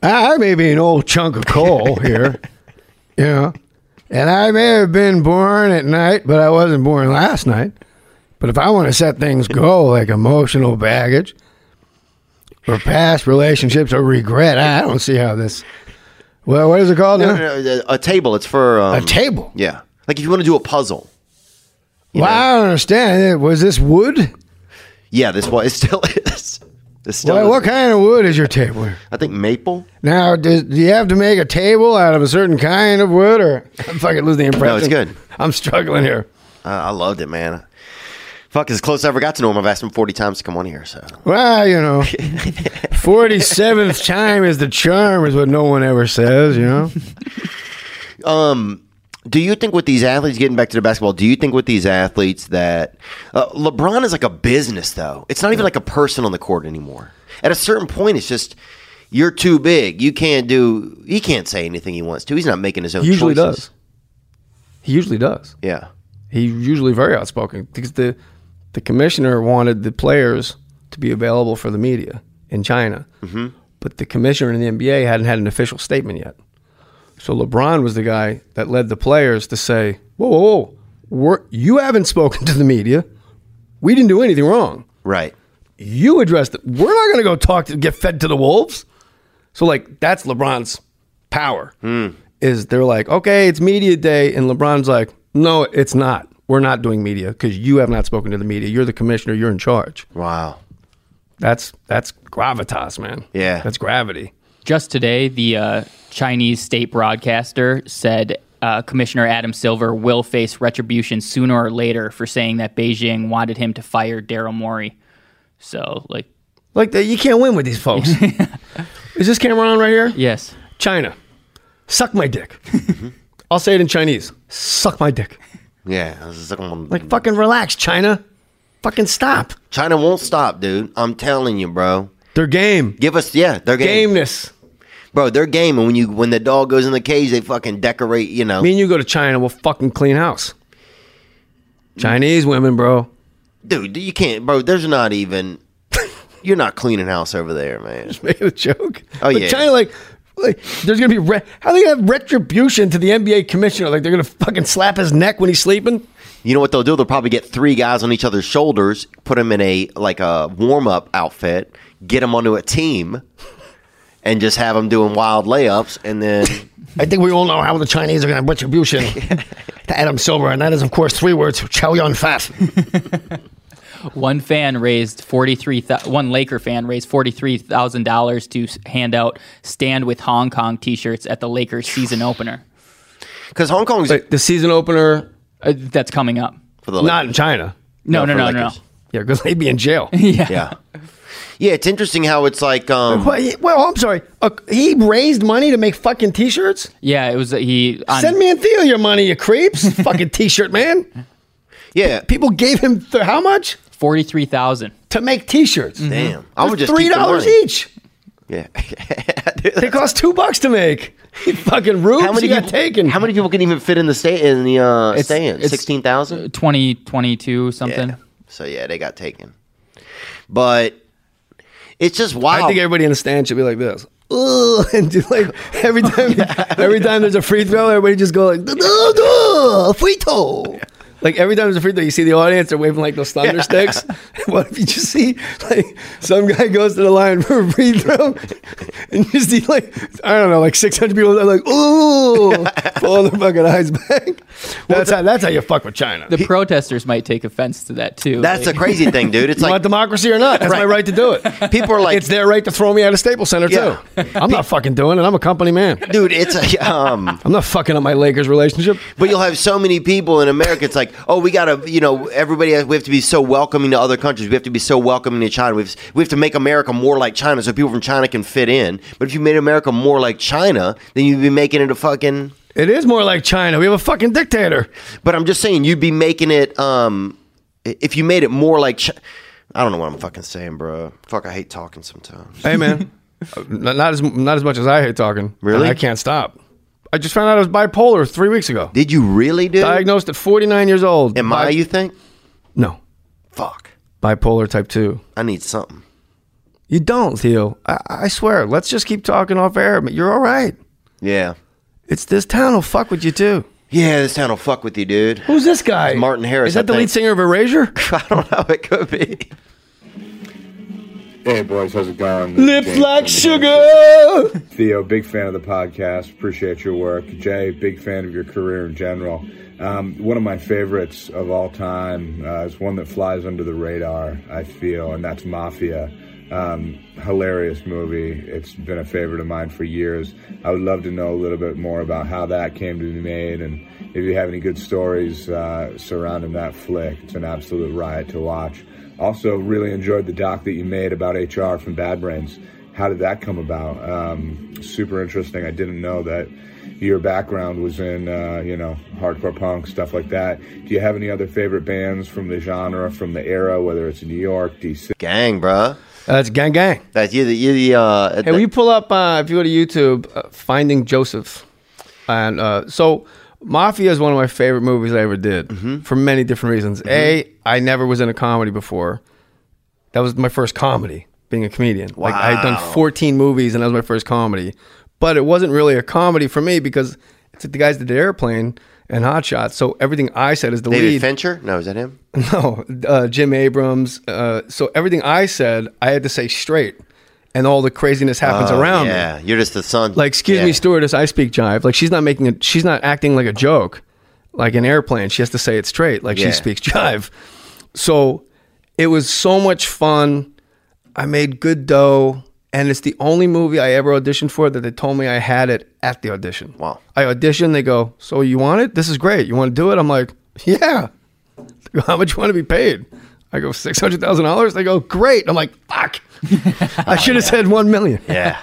E: I I may be an old chunk of coal here, you know, and I may have been born at night, but I wasn't born last night. But if I want to set things go, like emotional baggage or past relationships or regret, I don't see how this. Well, what is it called?
A: No,
E: now?
A: no, no, a table. It's for um,
E: a table.
A: Yeah. Like if you want to do a puzzle.
E: Well, I don't understand. it. Was this wood?
A: Yeah, this one it still is. It's still
E: Well,
A: is.
E: what kind of wood is your table?
A: I think maple.
E: Now, do, do you have to make a table out of a certain kind of wood, or I'm fucking losing the impression?
A: No, it's good.
E: I'm struggling here.
A: Uh, I loved it, man. Fuck, as close as I ever got to know him. I've asked him 40 times to come on here, so.
E: Well, you know, forty seventh time is the charm, is what no one ever says. You know,
A: Do you think with these athletes, getting back to the basketball, do you think with these athletes that uh, LeBron is like a business, though? It's not even like a person on the court anymore. At a certain point, it's just you're too big. You can't do, he can't say anything he wants to. He's not making his own
C: He usually
A: choices.
C: does. He usually does.
A: Yeah.
C: He's usually very outspoken because the the commissioner wanted the players to be available for the media in China, mm-hmm. but the commissioner in the NBA hadn't had an official statement yet. So LeBron was the guy that led the players to say, "Whoa, whoa, whoa! We're, you haven't spoken to the media. We didn't do anything wrong.
A: Right.
C: You addressed it. We're not going to go talk to get fed to the wolves." So like that's LeBron's power. Is they're like, okay, it's media day, and LeBron's like, no, it's not. We're not doing media because you have not spoken to the media. You're the commissioner. You're in charge.
A: Wow.
C: That's that's gravitas, man.
A: Yeah.
C: that's gravity.
D: Just today, the uh, Chinese state broadcaster said uh, Commissioner Adam Silver will face retribution sooner or later for saying that Beijing wanted him to fire Daryl Morey. So, like,
C: Like that, you can't win with these folks. Is this camera on right here?
D: yes,
C: China, suck my dick. I'll say it in Chinese. Suck my dick.
A: Yeah. I was just like,
C: Like fucking relax, China. Fucking stop.
A: China won't stop, dude. I'm telling you, bro.
C: Their game.
A: Give us yeah, their game,
C: Gameness.
A: bro. Their game, and when you when the dog goes in the cage, they fucking decorate. You know,
C: Me and you go to China, we'll fucking clean house. Chinese women, bro.
A: dude, you can't, bro. There's not even. You're not cleaning house over there, man.
E: making a joke.
A: Oh,
E: But
A: yeah.
E: China like. Like, there's gonna be re- how they gonna have retribution to the NBA commissioner? Like they're gonna fucking slap his neck when he's sleeping.
A: You know what they'll do? They'll probably get three guys on each other's shoulders, put them in a like a warm up outfit, get them onto a team, and just have them doing wild layups, and then
E: I think we all know how the Chinese are gonna have retribution to Adam Silver, and that is of course three words: Chow Yun Fat.
D: One fan raised forty three. One Laker fan raised forty three thousand dollars to s- hand out "Stand with Hong Kong" T-shirts at the Lakers season opener.
A: because Hong Kong's
C: Wait, the season opener.
D: Uh, that's coming up.
A: for the
E: Not in China.
D: No,
A: No,
D: no,
A: for
D: no, no, no.
A: Lakers.
E: Yeah, because they'd be in jail.
A: yeah, yeah. It's interesting how it's like um,
E: Well, he- well, I'm sorry. Uh, he raised money to make fucking t-shirts.
D: Yeah, it was uh, he. On,
E: Send me and Theo your money, you creeps. fucking t-shirt man.
A: yeah.
E: People gave him th- how much
D: forty three thousand.
E: to make t-shirts?
A: Damn, I would just
E: three
A: keep the
E: dollars
A: money.
E: each.
A: Yeah.
E: They cost two bucks to make. You fucking rubes.
A: how many
E: you
A: people,
E: got taken?
A: How many people can even fit in the state in the uh, stand?
D: it's-
A: Sixteen thousand.
D: 20, 22, something.
A: Yeah. So yeah, they got taken. But it's just wild.
C: I
E: Oh.
C: think
A: it,
C: everybody in the stand should be like this.
E: Ugh, and just like every time, every time there's a free throw, everybody just go like, "Duh, duh, duh, free throw.
C: Like every time there's a free throw, you see the audience are waving like those thunder sticks.
E: What if you just see like some guy goes to the line for a free throw and you see like I don't know like six hundred people that are like ooh pull their fucking eyes back. That's how that's how you fuck with China.
D: The protesters might take offense to that too.
A: That's the
D: like,
A: crazy thing, dude. It's
E: you want
A: like
E: democracy or not? That's my right to do it.
A: people are like,
E: it's their right to throw me out of Staples Center
A: Yeah.
E: too. I'm not fucking doing it. I'm a company man.
A: dude, it's a um.
E: I'm not fucking up my Lakers relationship.
A: But you'll have so many people in America. It's like, oh, we gotta, you know, everybody. Has, we have to be so welcoming to other countries. We have to be so welcoming to China. We have, we have to make America more like China, so people from China can fit in. But if you made America more like China, then you'd be making it a fucking.
E: It is more like China. We have a fucking dictator.
A: But I'm just saying, you'd be making it. Um, i- if you made it more like, Chi- I don't know what I'm fucking saying, bro. Fuck, I hate talking sometimes.
E: Hey man, Uh, not, not as not as much as I hate talking.
A: Really?
E: I can't stop. I just found out I was bipolar three weeks ago.
A: Did you really do?
E: Diagnosed at 49 years old.
A: Am I?
E: Bi-
A: You think?
E: No,
A: Fuck.
E: bipolar type two.
A: I need something.
E: You don't, Theo. I, I swear. Let's just keep talking off air. but You're all right.
A: Yeah.
E: It's this town will fuck with you too.
A: Yeah, this town will fuck with you, dude.
E: Who's this guy?
A: It's Martin Harris,
E: Is
A: I
E: that the lead
A: think.
E: singer of Erasure?
A: I don't know. It could be.
H: Hey boys, how's it going?
E: Lips
H: James
E: like
H: from-
E: sugar.
H: Theo, big fan of the podcast. Appreciate your work. Jay, big fan of your career in general. Um, one of my favorites of all time uh, is one that flies under the radar, I feel, and that's Mafia. Um, hilarious movie. It's been a favorite of mine for years. I would love to know a little bit more about how that came to be made and if you have any good stories uh, surrounding that flick. It's an absolute riot to watch. Also, really enjoyed the doc that you made about HR from Bad Brains how did that come about? Um, super interesting. I didn't know that your background was in, uh, you know, hardcore punk stuff like that. Do you have any other favorite bands from the genre, from the era, whether it's New York, DC?
A: Gang, bruh.
E: That's gang gang.
A: That's you. The, you the uh.
C: Hey, will you pull up uh, if you go to YouTube, uh, Finding Joseph, and uh, so Mafia is one of my favorite movies I ever did
E: Mm-hmm.
C: for many different reasons. A, I never was in a comedy before. That was my first comedy, being a comedian. Like I had done 14 movies, and that was my first comedy. But it wasn't really a comedy for me because it's the guys that did Airplane and Hot Shots. So everything I said is the
A: David
C: lead.
A: Fincher? No, is that him?
C: No, uh, Jim Abrams. Uh, so everything I said, I had to say straight, and all the craziness happens around me.
A: yeah, you're just the son.
C: Like, excuse
A: yeah.
C: me, stewardess, I speak jive. Like, she's not making a, she's not acting like a joke, like an airplane. She has to say it straight, like
A: Yeah.
C: she speaks jive. So it was so much fun. I made good dough, and it's the only movie I ever auditioned for that they told me I had it at the audition.
A: Wow.
C: I auditioned, they go, So you want it? This is great. You want to do it? I'm like, Yeah. They go, How much you want to be paid? I go, $600,000? They go, Great. I'm like, Fuck. I should have said 1 million.
A: Yeah.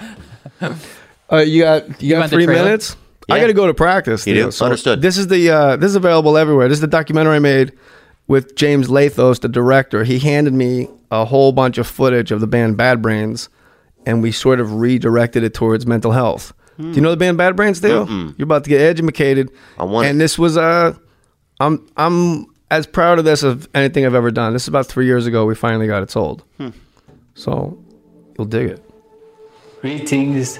C: Uh, you got you, got
D: want the
C: three
D: trailer?
C: minutes. I
A: Yeah.
C: got to go to practice.
A: You
C: Theo.
A: do? Understood.
C: This is the uh, this is available everywhere. This is the documentary I made with James Lathos, the director. He handed me a whole bunch of footage of the band Bad Brains, and we sort of redirected it towards mental health. Do you know the band Bad Brains, Theo? You're about to get educated.
A: I want
C: And
A: it.
C: this was uh, I'm
A: Hmm.
C: I'm as proud of this as anything I've ever done. This is about three years ago. We finally got it sold. So you'll dig it.
I: Greetings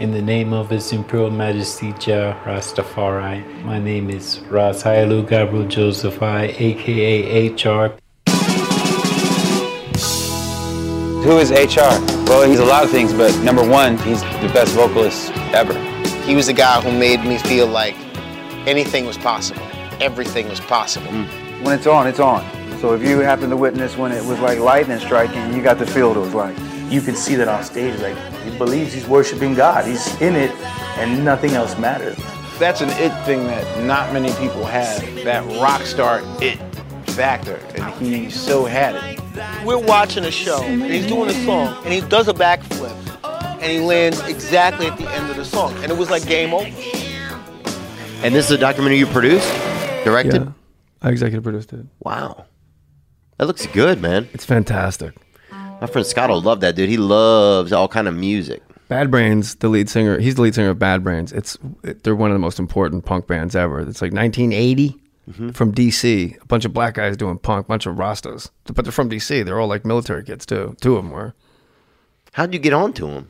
I: in the name of His Imperial Majesty Jah Rastafari. My name is Ras Hailu Gabriel Joseph I, aka HR.
J: Who is HR? Well, he's a lot of things, but number one, he's the best vocalist ever.
K: He was the guy who made me feel like anything was possible. Everything was possible.
E: Mm.
L: When it's on, it's on. So if you happen to witness when it was like lightning striking, you got to feel what it was like. You can see that on stage, like he believes he's worshiping God. He's in it, and nothing else matters.
J: That's an it thing that not many people have, that rock star it factor, and he so had it.
M: We're watching a show, and he's doing a song, and he does a backflip, and he lands exactly at the end of the song, and it was like game over.
A: And this is a documentary you produced, directed.
C: Yeah. I executive produced it.
A: Wow, that looks good, man.
C: It's fantastic.
A: My friend Scott will love that dude. He loves all kind of music.
C: Bad Brains, the lead singer, he's the lead singer of Bad Brains. It's it- they're one of the most important punk bands ever. It's like 1980
A: Mm-hmm.
C: from DC. A bunch of black guys doing punk, bunch of Rastas, but they're from DC. They're all like military kids too. Two of them were.
A: How'd you get on to him?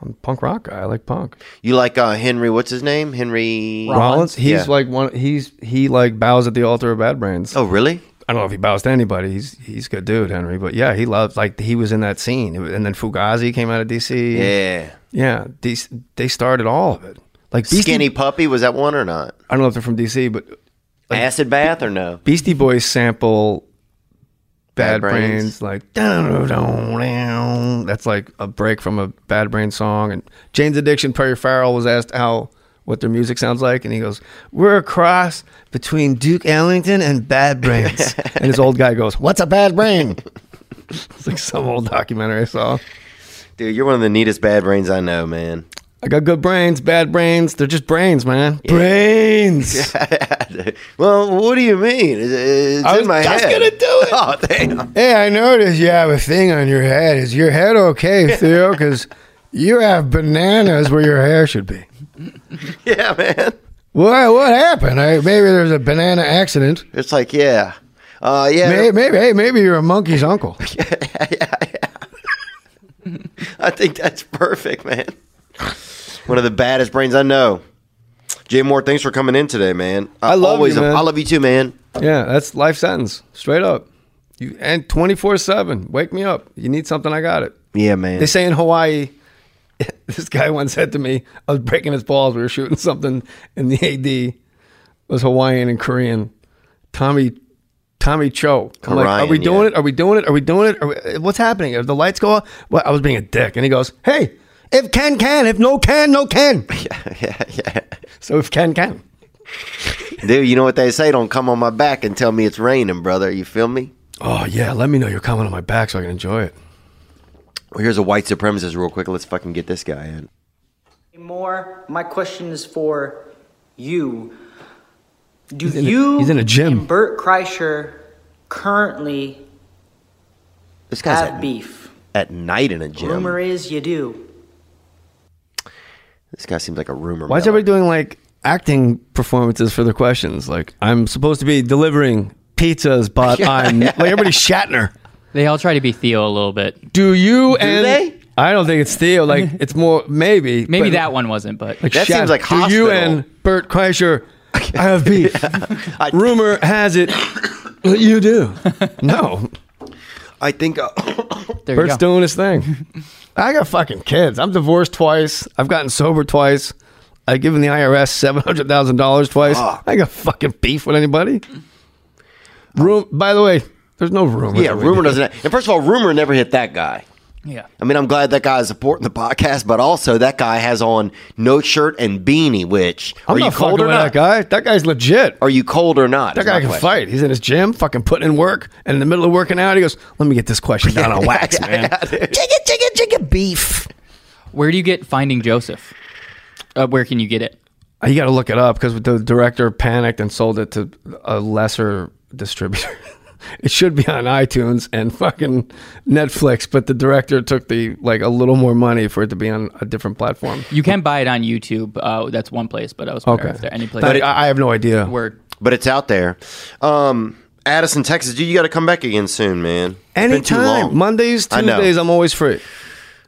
C: I'm a punk rock guy. I like punk.
A: You like uh, Henry? What's his name? Henry
C: Rollins. He's
A: Yeah.
C: like one. He's he like bows at the altar of Bad Brains.
A: Oh, really?
C: I don't know if he bows to anybody. He's he's a good dude, Henry. But yeah, he loves like he was in that scene, It was- and then Fugazi came out of DC.
A: Yeah.
C: yeah. These they started all of it. Like Beastie-
A: Skinny Puppy. Was that one or not?
C: I don't know if they're from DC, but
A: Acid Bath or no?
C: Beastie Boys sample
A: Bad
C: Bad, Brains.
A: Brains.
C: like dun, dun, dun, dun. that's like a break from a Bad Brain song. And Jane's Addiction, Perry Farrell was asked how what their music sounds like, and he goes, "We're a cross between Duke Ellington and Bad Brains." and his old guy goes, "What's a bad brain?" it's like some old documentary I saw.
A: Dude, you're one of the neatest bad brains I know, man.
C: I got good brains, bad brains. They're just brains, man. Brains.
A: well, what do you mean? It's, it's
E: I
A: in
E: was
A: my
E: just
A: head.
E: gonna
A: do it. Oh, damn.
E: Hey, I noticed you have a thing on your head. Is your head okay, Theo? Because you have bananas where your hair should be.
A: Yeah, man.
E: What what happened? I, maybe there's a banana accident.
A: It's like, yeah. Uh, yeah.
E: Maybe, maybe hey, maybe you're a monkey's uncle.
A: I think that's perfect, man. One of the baddest brains I know. Jay Moore, thanks for coming in today, man. I,
C: love you,
A: always,
C: man.
A: I love you too, man.
C: Yeah, that's life sentence, straight up. You and twenty four seven. Wake me up. You need something, I got it.
A: Yeah, man.
C: They say in Hawaii, this guy once said to me, I was breaking his balls. We were shooting something, and the AD was Hawaiian and Korean. Tommy, Tommy Cho. I'm like, are we
A: Orion,
C: doing
A: yeah.
C: it? Are we doing it? Are we doing it? Are we, what's happening? Are the lights go off? Well, I was being a dick, and he goes, "Hey, if can can, if no can, no can."
A: yeah, yeah.
C: So if can can.
A: Dude, you know what they say? Don't come on my back and tell me it's raining, brother. You feel me?
C: Oh yeah, let me know you're coming on my back so I can enjoy it.
A: Well, here's a white supremacist real quick. Let's fucking get this guy in.
N: More, my question is for you. Do
C: He's in a-
N: you
C: he's in a gym.
N: and Bert Kreischer currently
A: This guy's
N: have
A: at,
N: beef?
A: at night in a gym.
N: Rumor is you do.
A: This guy seems like a rumor.
C: Why is
A: mill.
C: everybody doing like acting performances for their questions? Like I'm supposed to be delivering pizzas, but I'm like everybody's Shatner.
D: They all try to be Theo a little bit.
C: Do you and
D: they?
C: I don't think it's Theo. Like it's more maybe
D: Maybe
C: but-
D: that one wasn't, but
C: Like
A: That
C: Shat-
A: seems like
C: Do you
A: hospital.
C: and Bert Kreischer have beef? Rumor has it you do. No,
A: I think. Uh,
D: there you
C: Bert's
D: go.
C: doing his thing. I got fucking kids. I'm divorced twice. I've gotten sober twice. I've given the IRS seven hundred thousand dollars twice. I ain't got fucking beef with anybody. Room. By the way, there's no rumor.
A: yeah, rumor doesn't. And first of all, rumor never hit that guy.
D: yeah.
A: I mean, I'm glad that guy is supporting the podcast, but also that guy has on no shirt and beanie. Which
C: I'm
A: are
C: not
A: you
C: fucking
A: cold or
C: with
A: not?
C: that guy. That guy's legit.
A: Are you cold or not?
C: That
A: is my
C: guy can
A: question.
C: fight. He's in his gym, fucking putting in work, and in the middle of working out, he goes, "Let me get this question down on wax, man." Chicka, chicka, chicka, beef.
D: Where do you get Finding Joseph? Uh, where can you get it?
C: Uh, You got to look it up because the director panicked and sold it to a lesser distributor. it should be on iTunes and fucking Netflix, but the director took the like a little more money for it to be on a different platform.
D: You can buy it on YouTube. Uh, that's one place, but I was wondering
C: Okay,
D: if there any place.
C: But I, I have no idea.
D: word.
A: but it's out there. Um, Addison, Texas, dude, you got to come back again soon, man. It's been too
C: Anytime.
A: long.
C: Mondays,
A: I know.
C: Tuesdays, I'm always free.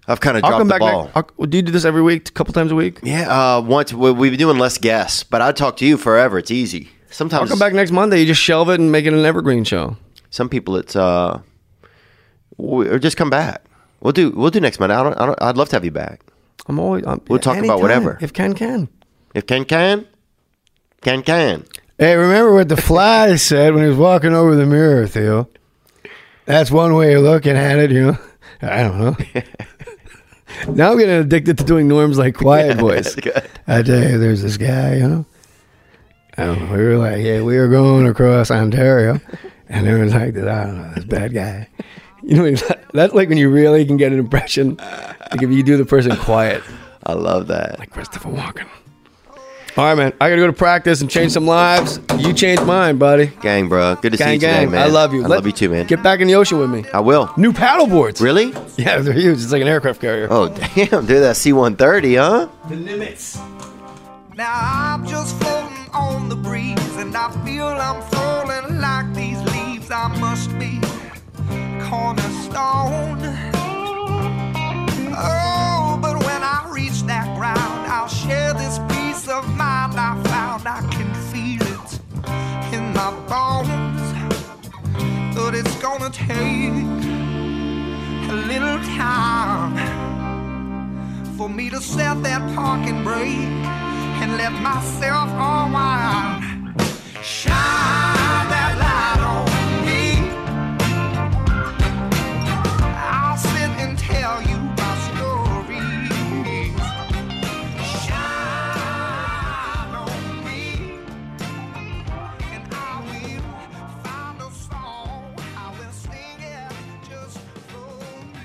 A: I've kind of
C: I'll
A: dropped
C: come
A: the
C: back.
A: ball.
C: next- I'll- do you do this every week, a couple times a week?
A: Yeah, uh, once we, we've been doing less guests, but I talk to you forever. It's easy. Sometimes
C: I'll come back next Monday. You just shelve it and make it an evergreen show.
A: Some people, it's uh, we, or just come back. We'll do. We'll do next Monday. I don't, I don't, I'd love to have you back.
C: I'm always. I'm,
A: We'll talk about
C: anytime,
A: whatever.
C: If Ken can.
A: If can can, can can.
O: Hey, remember what the fly said when he was walking over the mirror, Theo? That's one way of looking at it, you know. I don't know.
C: Now I'm getting addicted to doing Norm's like quiet voice. I tell you, there's this guy, you know. I don't know. We were like, yeah, we were going across Ontario, and there was like this, I don't know, this bad guy. You know, that's like when you really can get an impression. Like if you do the person quiet.
A: I love that.
C: Like Christopher Walken. All right, man. I gotta go to practice and change some lives. You changed mine, buddy.
A: Gang, bro. Good to see
C: Gang,
A: you today,
C: gang.
A: man.
C: I love you.
A: I
C: Let-
A: love you too, man.
C: Get back in the ocean with me.
A: I will.
C: New paddle boards.
A: Really?
C: Yeah, they're huge. It's like an aircraft carrier.
A: Oh damn, dude, that C-130, huh?
B: The limits. Now I'm just floating on the breeze, and I feel I'm falling like these leaves. I must be cornerstone. Oh, but when I reach that ground, I'll share this peace of mind I found. I can feel it in my bones, but it's gonna take a little time for me to set that parking brake and let myself unwind. Shine that light on me. I'll sit and tell you my stories. Shine on me, and I will find a song. I will sing it just for you.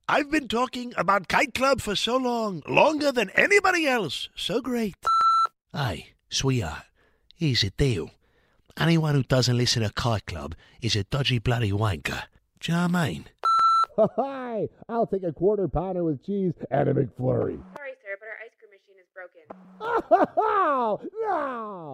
E: I've been talking about Kite Club for so long, longer than anybody else. So great.
P: Hey, sweetheart, here's the deal. Anyone who doesn't listen to Kite Club is a dodgy bloody wanker. Do you know what I mean?
Q: Hi, I'll take a quarter pounder with cheese and a McFlurry.
R: Sorry, sir, but our ice cream machine is broken.
Q: no!